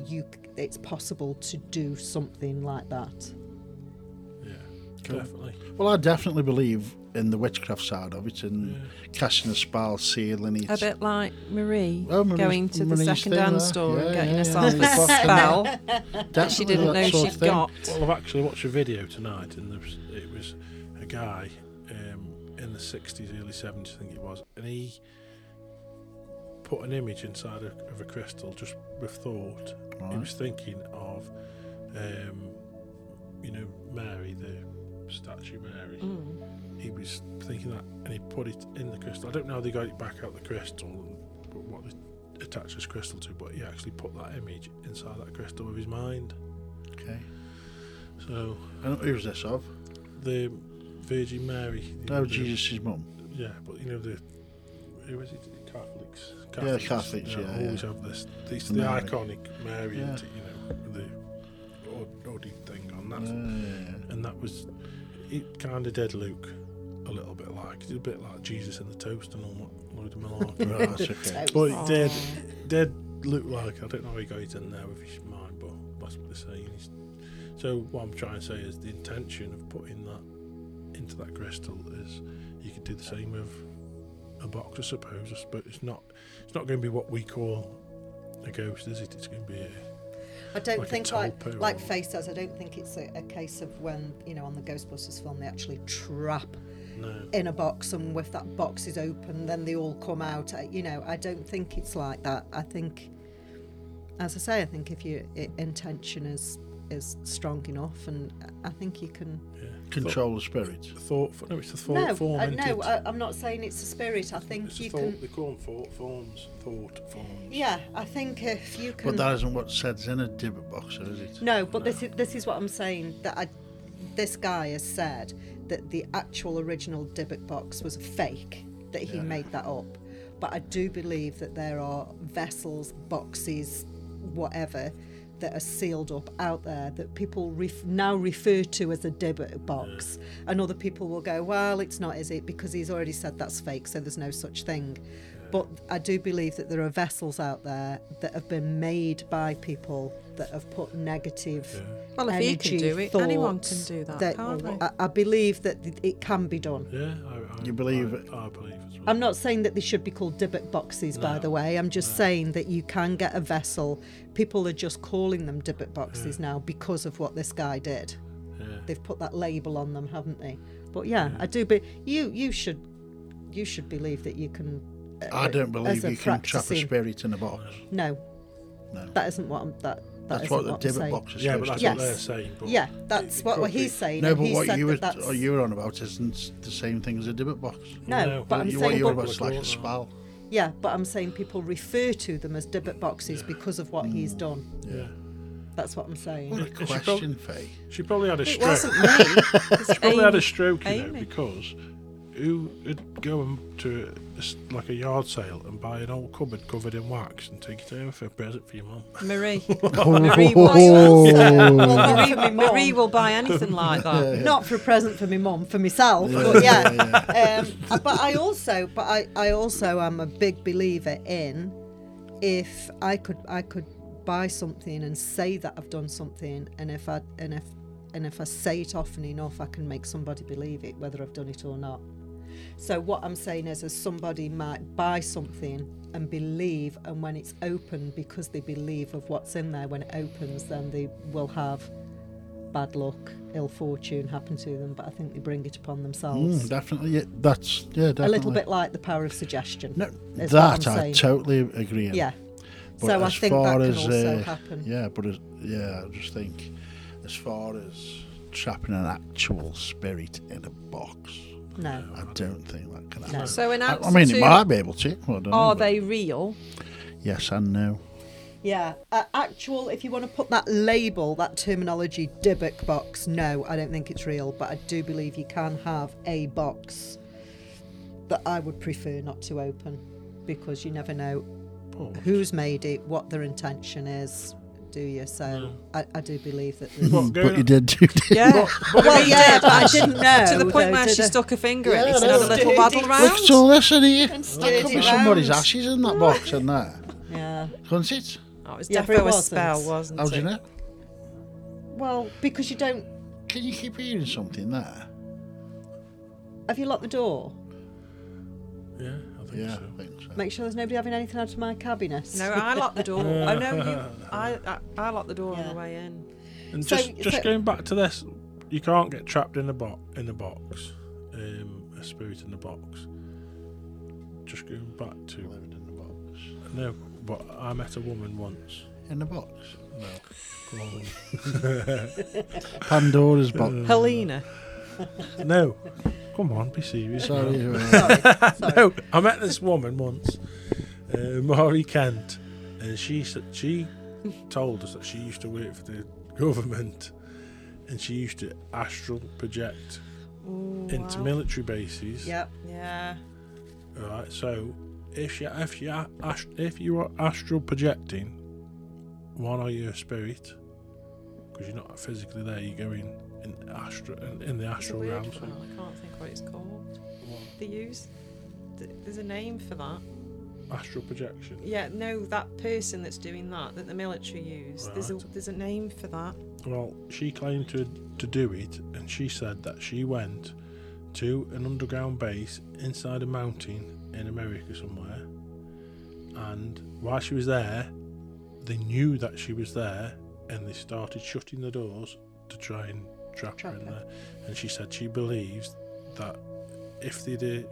Speaker 3: you c- it's possible to do something like that.
Speaker 4: Yeah, definitely.
Speaker 1: Well, I definitely believe in the witchcraft side of it and casting a spell, sealing it.
Speaker 2: A bit like Marie
Speaker 3: Oh,
Speaker 1: Well, Marie's-
Speaker 2: going to the
Speaker 1: Marie's
Speaker 2: second
Speaker 1: thing
Speaker 2: hand
Speaker 1: there.
Speaker 2: store and
Speaker 1: Yeah,
Speaker 2: getting
Speaker 1: yeah,
Speaker 2: herself
Speaker 1: yeah.
Speaker 2: a spell that
Speaker 1: Definitely
Speaker 2: she didn't
Speaker 1: that
Speaker 2: know
Speaker 1: sort of
Speaker 2: she'd
Speaker 1: thing.
Speaker 2: got.
Speaker 4: Well, I've actually watched a video tonight, and there was, it was a guy um, in the 60s, early 70s, I think it was, and he put an image inside of, of a crystal just with thought. He
Speaker 1: Right.
Speaker 4: was thinking of, um, you know, Mary, the statue Mary.
Speaker 2: Mm.
Speaker 4: He was thinking that, and he put it in the crystal. I don't know how they got it back out the crystal, and what they attached this crystal to, but he actually put that image inside that crystal with his mind.
Speaker 1: Okay.
Speaker 4: So
Speaker 1: And who was this of?
Speaker 4: the Virgin Mary. the-
Speaker 1: Oh,
Speaker 4: the-
Speaker 1: Jesus' mum.
Speaker 4: Yeah, but you know the who is it? The Catholics.
Speaker 1: Yeah, Catholics,
Speaker 4: you know,
Speaker 1: yeah,
Speaker 4: always
Speaker 1: yeah.
Speaker 4: have this. It's the
Speaker 1: Mary.
Speaker 4: iconic Mary,
Speaker 1: Yeah.
Speaker 4: isn't it, you know, the Audi thing on that,
Speaker 1: Yeah.
Speaker 4: and that was it. Kind of dead Luke, a little bit like it's a bit like Jesus in the toast and all that load of malarkey.
Speaker 1: Right, Oh, that's okay.
Speaker 4: but it did, did look like I don't know how he got it in there with his mind, but that's what they're saying. He's, so what I'm trying to say is the intention of putting that into that crystal is you could do the same with a box, I suppose. I suppose it's not it's not going to be what we call a ghost, is it? It's going to be a,
Speaker 3: I don't
Speaker 4: Like a
Speaker 3: think like
Speaker 4: tulpa
Speaker 3: like
Speaker 4: or-
Speaker 3: Faye says. I don't think it's a, a case of when you know on the Ghostbusters film they actually trap
Speaker 4: no.
Speaker 3: in a box and if that box is open then they all come out I, you know i don't think it's like that i think as i say i think if your i- intention is is strong enough and i think you can
Speaker 4: Yeah.
Speaker 1: Control the spirit.
Speaker 4: Thought, thought- no, it's the thought
Speaker 3: no
Speaker 4: form.
Speaker 3: I,
Speaker 4: isn't
Speaker 3: no
Speaker 4: it?
Speaker 3: I, i'm not saying it's a spirit i think
Speaker 4: it's a
Speaker 3: you
Speaker 4: thought.
Speaker 3: can
Speaker 4: They call them thought forms. Thought forms.
Speaker 3: yeah i think if you can
Speaker 1: But that isn't what said's in a dibber box, is it?
Speaker 3: No, but this is this is what I'm saying that I, this guy has said that the actual original Dybbuk box was a fake that he
Speaker 1: Yeah.
Speaker 3: made that up. But I do believe that there are vessels, boxes, whatever that are sealed up out there that people ref- now refer to as a Dybbuk box, and other people will go, "Well, it's not, is it?" Because he's already said that's fake, so there's no such thing. But I do believe that there are vessels out there that have been made by people that have put negative.
Speaker 2: Well, if he can
Speaker 3: energy,
Speaker 2: do it, anyone can
Speaker 3: thoughts
Speaker 2: do that,
Speaker 3: that-
Speaker 2: can't they?
Speaker 3: I, I believe that th- it can be done.
Speaker 4: Yeah, I, I,
Speaker 1: You believe
Speaker 4: I,
Speaker 1: it?
Speaker 4: I believe as well.
Speaker 3: I'm not saying that they should be called Dybbuk boxes, by
Speaker 4: No,
Speaker 3: the way. I'm just
Speaker 4: no.
Speaker 3: saying that you can get a vessel. People are just calling them Dybbuk boxes now because of what this guy did.
Speaker 4: yeah.
Speaker 3: They've put that label on them, haven't they? But yeah, I do. But you, you should, you should believe that you can. uh,
Speaker 1: I don't believe
Speaker 3: as a
Speaker 1: you can trap a
Speaker 3: practicing-
Speaker 1: spirit in a box.
Speaker 3: No,
Speaker 1: No.
Speaker 3: that isn't what I'm. That, that
Speaker 1: That's
Speaker 3: isn't
Speaker 1: what the
Speaker 3: what I'm
Speaker 1: dibber
Speaker 3: saying.
Speaker 1: box is
Speaker 4: Yeah, but
Speaker 1: supposed to
Speaker 4: that's
Speaker 3: Yes.
Speaker 4: what they're saying. But
Speaker 3: Yeah, that's
Speaker 4: it
Speaker 3: what
Speaker 4: could be.
Speaker 3: he's saying.
Speaker 1: No,
Speaker 3: and
Speaker 1: but
Speaker 3: he
Speaker 1: what
Speaker 3: said
Speaker 1: you
Speaker 3: that
Speaker 1: were,
Speaker 3: that's-
Speaker 1: you were on about isn't the same thing as a dibber box.
Speaker 3: No,
Speaker 4: No,
Speaker 3: but
Speaker 4: what
Speaker 3: I'm
Speaker 1: You-
Speaker 3: saying,
Speaker 1: what you were
Speaker 3: but-
Speaker 1: about is like a spell.
Speaker 3: yeah, but I'm saying people refer to them as Dybbuk boxes because of what he's done.
Speaker 4: Yeah.
Speaker 3: That's what I'm saying.
Speaker 1: What a
Speaker 4: It- it's
Speaker 1: question, Faye.
Speaker 4: She probably had a
Speaker 2: It
Speaker 4: stroke.
Speaker 2: wasn't me. It's
Speaker 4: She probably had a
Speaker 2: Amy.
Speaker 4: stroke, you know,
Speaker 2: Amy.
Speaker 4: because who would go and to a s like a yard sale and buy an old cupboard covered in wax and take it over for a present for your mum?
Speaker 2: Marie. Marie, why you
Speaker 1: Oh.
Speaker 3: Not
Speaker 2: Marie,
Speaker 3: for me mum.
Speaker 2: Marie will buy anything like that.
Speaker 3: Not for a present for my mum, for myself. But yeah. Um, but I also, but I, I also am a big believer in if I could, I could buy something and say that I've done something, and if I, and if, and if I say it often enough, I can make somebody believe it, whether I've done it or not. So what I'm saying is, is somebody might buy something and believe, and when it's open, because they believe of what's in there, when it opens, then they will have bad luck, ill fortune happen to them. But I think they bring it upon themselves.
Speaker 1: Mm, definitely. Yeah, that's yeah. Definitely.
Speaker 3: a little bit like the power of suggestion.
Speaker 1: No,
Speaker 3: is what
Speaker 1: that
Speaker 3: I'm
Speaker 1: I
Speaker 3: saying.
Speaker 1: totally agree. in.
Speaker 3: yeah.
Speaker 1: But
Speaker 3: so I
Speaker 1: as
Speaker 3: think
Speaker 1: far
Speaker 3: that can
Speaker 1: as,
Speaker 3: also
Speaker 1: uh,
Speaker 3: happen.
Speaker 1: Yeah, but as, yeah, I just think as far as trapping an actual spirit in a box,
Speaker 3: No.
Speaker 1: I don't think that can happen.
Speaker 3: No.
Speaker 2: So in
Speaker 1: I,
Speaker 2: answer
Speaker 1: I mean, it
Speaker 2: to
Speaker 1: might be able to. I don't know,
Speaker 2: are
Speaker 1: but
Speaker 2: they real?
Speaker 1: Yes and no.
Speaker 3: Yeah, uh, actual. If you want to put that label, that terminology, Dybbuk box. No, I don't think it's real, but I do believe you can have a box that I would prefer not to open because you never know who's made it, what their intention is. Do you? So I, I do believe that. There's...
Speaker 4: Well,
Speaker 1: But you did do this.
Speaker 2: Yeah.
Speaker 3: well, yeah, but I didn't know.
Speaker 2: to the point
Speaker 3: though,
Speaker 2: where
Speaker 3: did
Speaker 2: she
Speaker 3: I?
Speaker 2: stuck her finger in.
Speaker 1: Yeah,
Speaker 2: It's
Speaker 1: I
Speaker 2: another
Speaker 1: know.
Speaker 2: little
Speaker 3: Did-
Speaker 2: battle
Speaker 3: did-
Speaker 2: round. Oh,
Speaker 1: Look at all this in here. That
Speaker 3: And
Speaker 1: could
Speaker 3: sturdy
Speaker 1: be somebody's
Speaker 3: rounds.
Speaker 1: ashes in that box in there,
Speaker 3: Yeah.
Speaker 1: couldn't it?
Speaker 2: Oh, it's
Speaker 3: Yeah, but it
Speaker 2: definitely a
Speaker 3: wasn't.
Speaker 2: spell, wasn't
Speaker 1: How
Speaker 2: it?
Speaker 1: do you know?
Speaker 3: Well, because you don't.
Speaker 1: Can you keep hearing something there?
Speaker 3: Have you locked the door?
Speaker 4: Yeah, I think
Speaker 1: Yeah,
Speaker 4: so.
Speaker 1: I think so.
Speaker 3: Make sure there's nobody having anything out of my cabinet.
Speaker 2: No, I locked the door. I know you. I, I, I locked the door on
Speaker 3: Yeah.
Speaker 2: the way in.
Speaker 4: And
Speaker 3: So-
Speaker 4: just just
Speaker 3: so-
Speaker 4: going back to this, you can't get trapped in a box in a box, um, a spirit in a box. Just going back to
Speaker 1: Living in the box.
Speaker 4: no, but I met a woman once.
Speaker 1: In the box.
Speaker 4: No, wrong.
Speaker 1: Pandora's box.
Speaker 4: Mm.
Speaker 2: Helena.
Speaker 4: no, come on, be serious.
Speaker 1: Sorry.
Speaker 4: now.
Speaker 1: uh,
Speaker 3: Sorry. Sorry.
Speaker 4: no, I met this woman once, uh, Maury Kent, and she s- she told us that she used to work for the government, and she used to astral project
Speaker 2: Ooh,
Speaker 4: into
Speaker 2: wow.
Speaker 4: military bases.
Speaker 3: Yep.
Speaker 2: Yeah.
Speaker 4: Right. So, if you if you a- ast- if you are astral projecting, one are you a spirit? Because you're not physically there. You're going in astral in, in the
Speaker 2: It's a
Speaker 4: astral
Speaker 2: weird
Speaker 4: realm.
Speaker 2: one. I can't think what it's called. They use. th- There's a name for that.
Speaker 4: Astral projection.
Speaker 2: Yeah, no, that person that's doing that that the military use. There's a
Speaker 4: Right.
Speaker 2: there's a name for that.
Speaker 4: Well, she claimed to to do it, and she said that she went to an underground base inside a mountain in America somewhere, and while she was there, they knew that she was there, and they started shutting the doors to try and trap,
Speaker 3: Trap
Speaker 4: her in
Speaker 3: her.
Speaker 4: there. And she said she believes that if they'd uh,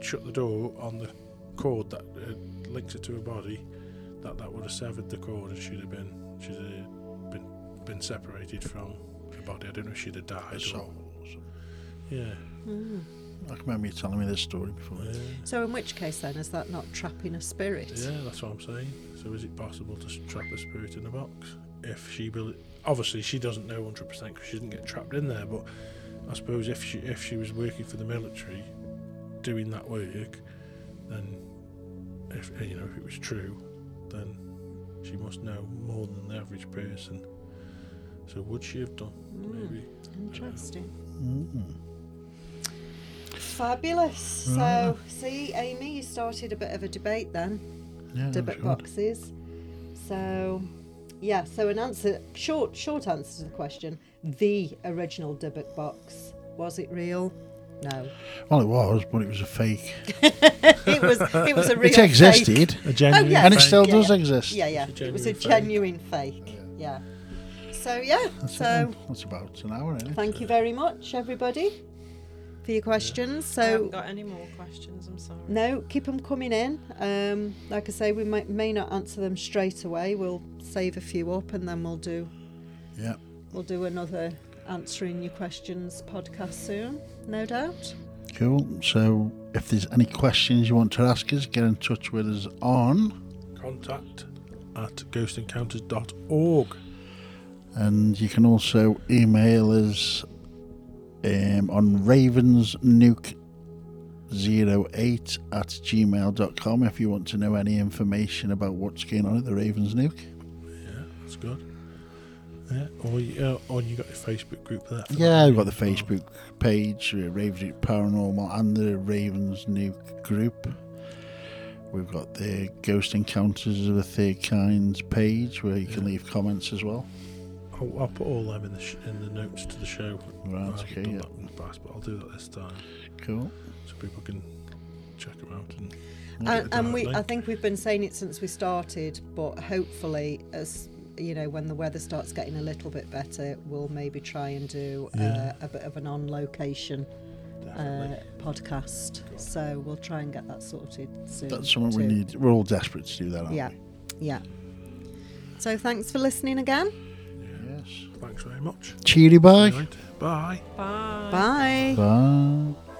Speaker 4: shut the door on the cord that uh, links her to her body, that that would have severed the cord, and she'd have been she'd have been been separated from her body. I don't know if she'd have died. Or,
Speaker 1: so,
Speaker 4: yeah.
Speaker 1: I can remember you telling me this story before.
Speaker 4: yeah.
Speaker 3: Mm. So, in which case, then, is that not trapping a spirit?
Speaker 4: Yeah, that's what I'm saying. So is it possible to s- trap a spirit in a box? If she bel obviously she doesn't know 100 percent because she didn't get trapped in there. But I suppose if she if she was working for the military, doing that work, then if you know if it was true, then she must know more than the average person. So would she have done? Maybe.
Speaker 3: Interesting.
Speaker 1: Mm.
Speaker 3: Fabulous. So, see, Amy, you started a bit of a debate then,
Speaker 1: Yeah,
Speaker 3: Dybbuk
Speaker 1: sure.
Speaker 3: boxes. So, yeah. So, an answer, short, short answer to the question: the original Dybbuk box was it real? No,
Speaker 1: Well, it was, but it was a fake.
Speaker 3: it was. It was a real.
Speaker 1: it existed,
Speaker 3: fake.
Speaker 4: A genuine
Speaker 3: yeah.
Speaker 1: and it
Speaker 3: fake.
Speaker 1: still
Speaker 3: Yeah,
Speaker 1: does
Speaker 3: yeah.
Speaker 1: exist.
Speaker 3: Yeah, yeah.
Speaker 4: It's a
Speaker 3: It was a
Speaker 4: genuine
Speaker 3: genuine fake. Yeah. So yeah.
Speaker 1: That's, it
Speaker 3: so.
Speaker 1: then. that's about an hour, isn't it?
Speaker 3: Thank you very much, everybody, for your questions.
Speaker 2: I
Speaker 3: So,
Speaker 2: haven't got any more questions. I'm sorry.
Speaker 3: no, keep them coming in. Um, like I say, we might, may not answer them straight away. We'll save a few up, and then we'll do
Speaker 1: Yeah.
Speaker 3: we'll do another answering your questions podcast soon, no doubt.
Speaker 1: Cool. So, if there's any questions you want to ask us, get in touch with us on,
Speaker 4: Contact at ghostencounters.org.
Speaker 1: and you can also email us um, on ravensnuke 08 at gmail.com if you want to know any information about what's going on at the Ravens Nuke.
Speaker 4: Yeah, that's good. Yeah, or you, uh, or you got your Facebook group there. for
Speaker 1: Yeah,
Speaker 4: that.
Speaker 1: I've got the Facebook page, uh, Ravens Nuke Paranormal, and the Ravens Nuke group. We've got the Ghost Encounters of the Third Kind page where you can leave comments as well.
Speaker 4: Oh, I'll, I'll put all them in the sh- in the notes to the show.
Speaker 1: Right,
Speaker 4: I haven't
Speaker 1: okay,
Speaker 4: done
Speaker 1: yeah.
Speaker 4: that in the past, but I'll do that this time
Speaker 1: Cool.
Speaker 4: so people can check them out. And
Speaker 3: and, and we
Speaker 4: Definitely.
Speaker 3: i think we've been saying it since we started but hopefully as you know when the weather starts getting a little bit better we'll maybe try and do
Speaker 4: Yeah.
Speaker 3: uh, a bit of an on location uh,
Speaker 4: definitely,
Speaker 3: podcast so we'll try and get that sorted soon
Speaker 1: That's something we
Speaker 3: too.
Speaker 1: need. We're all desperate to do that, aren't
Speaker 3: yeah yeah so thanks for listening again
Speaker 1: we? Yes.
Speaker 4: thanks very much.
Speaker 1: Cheery bye.
Speaker 4: Right, bye.
Speaker 2: Bye.
Speaker 3: bye
Speaker 1: Bye.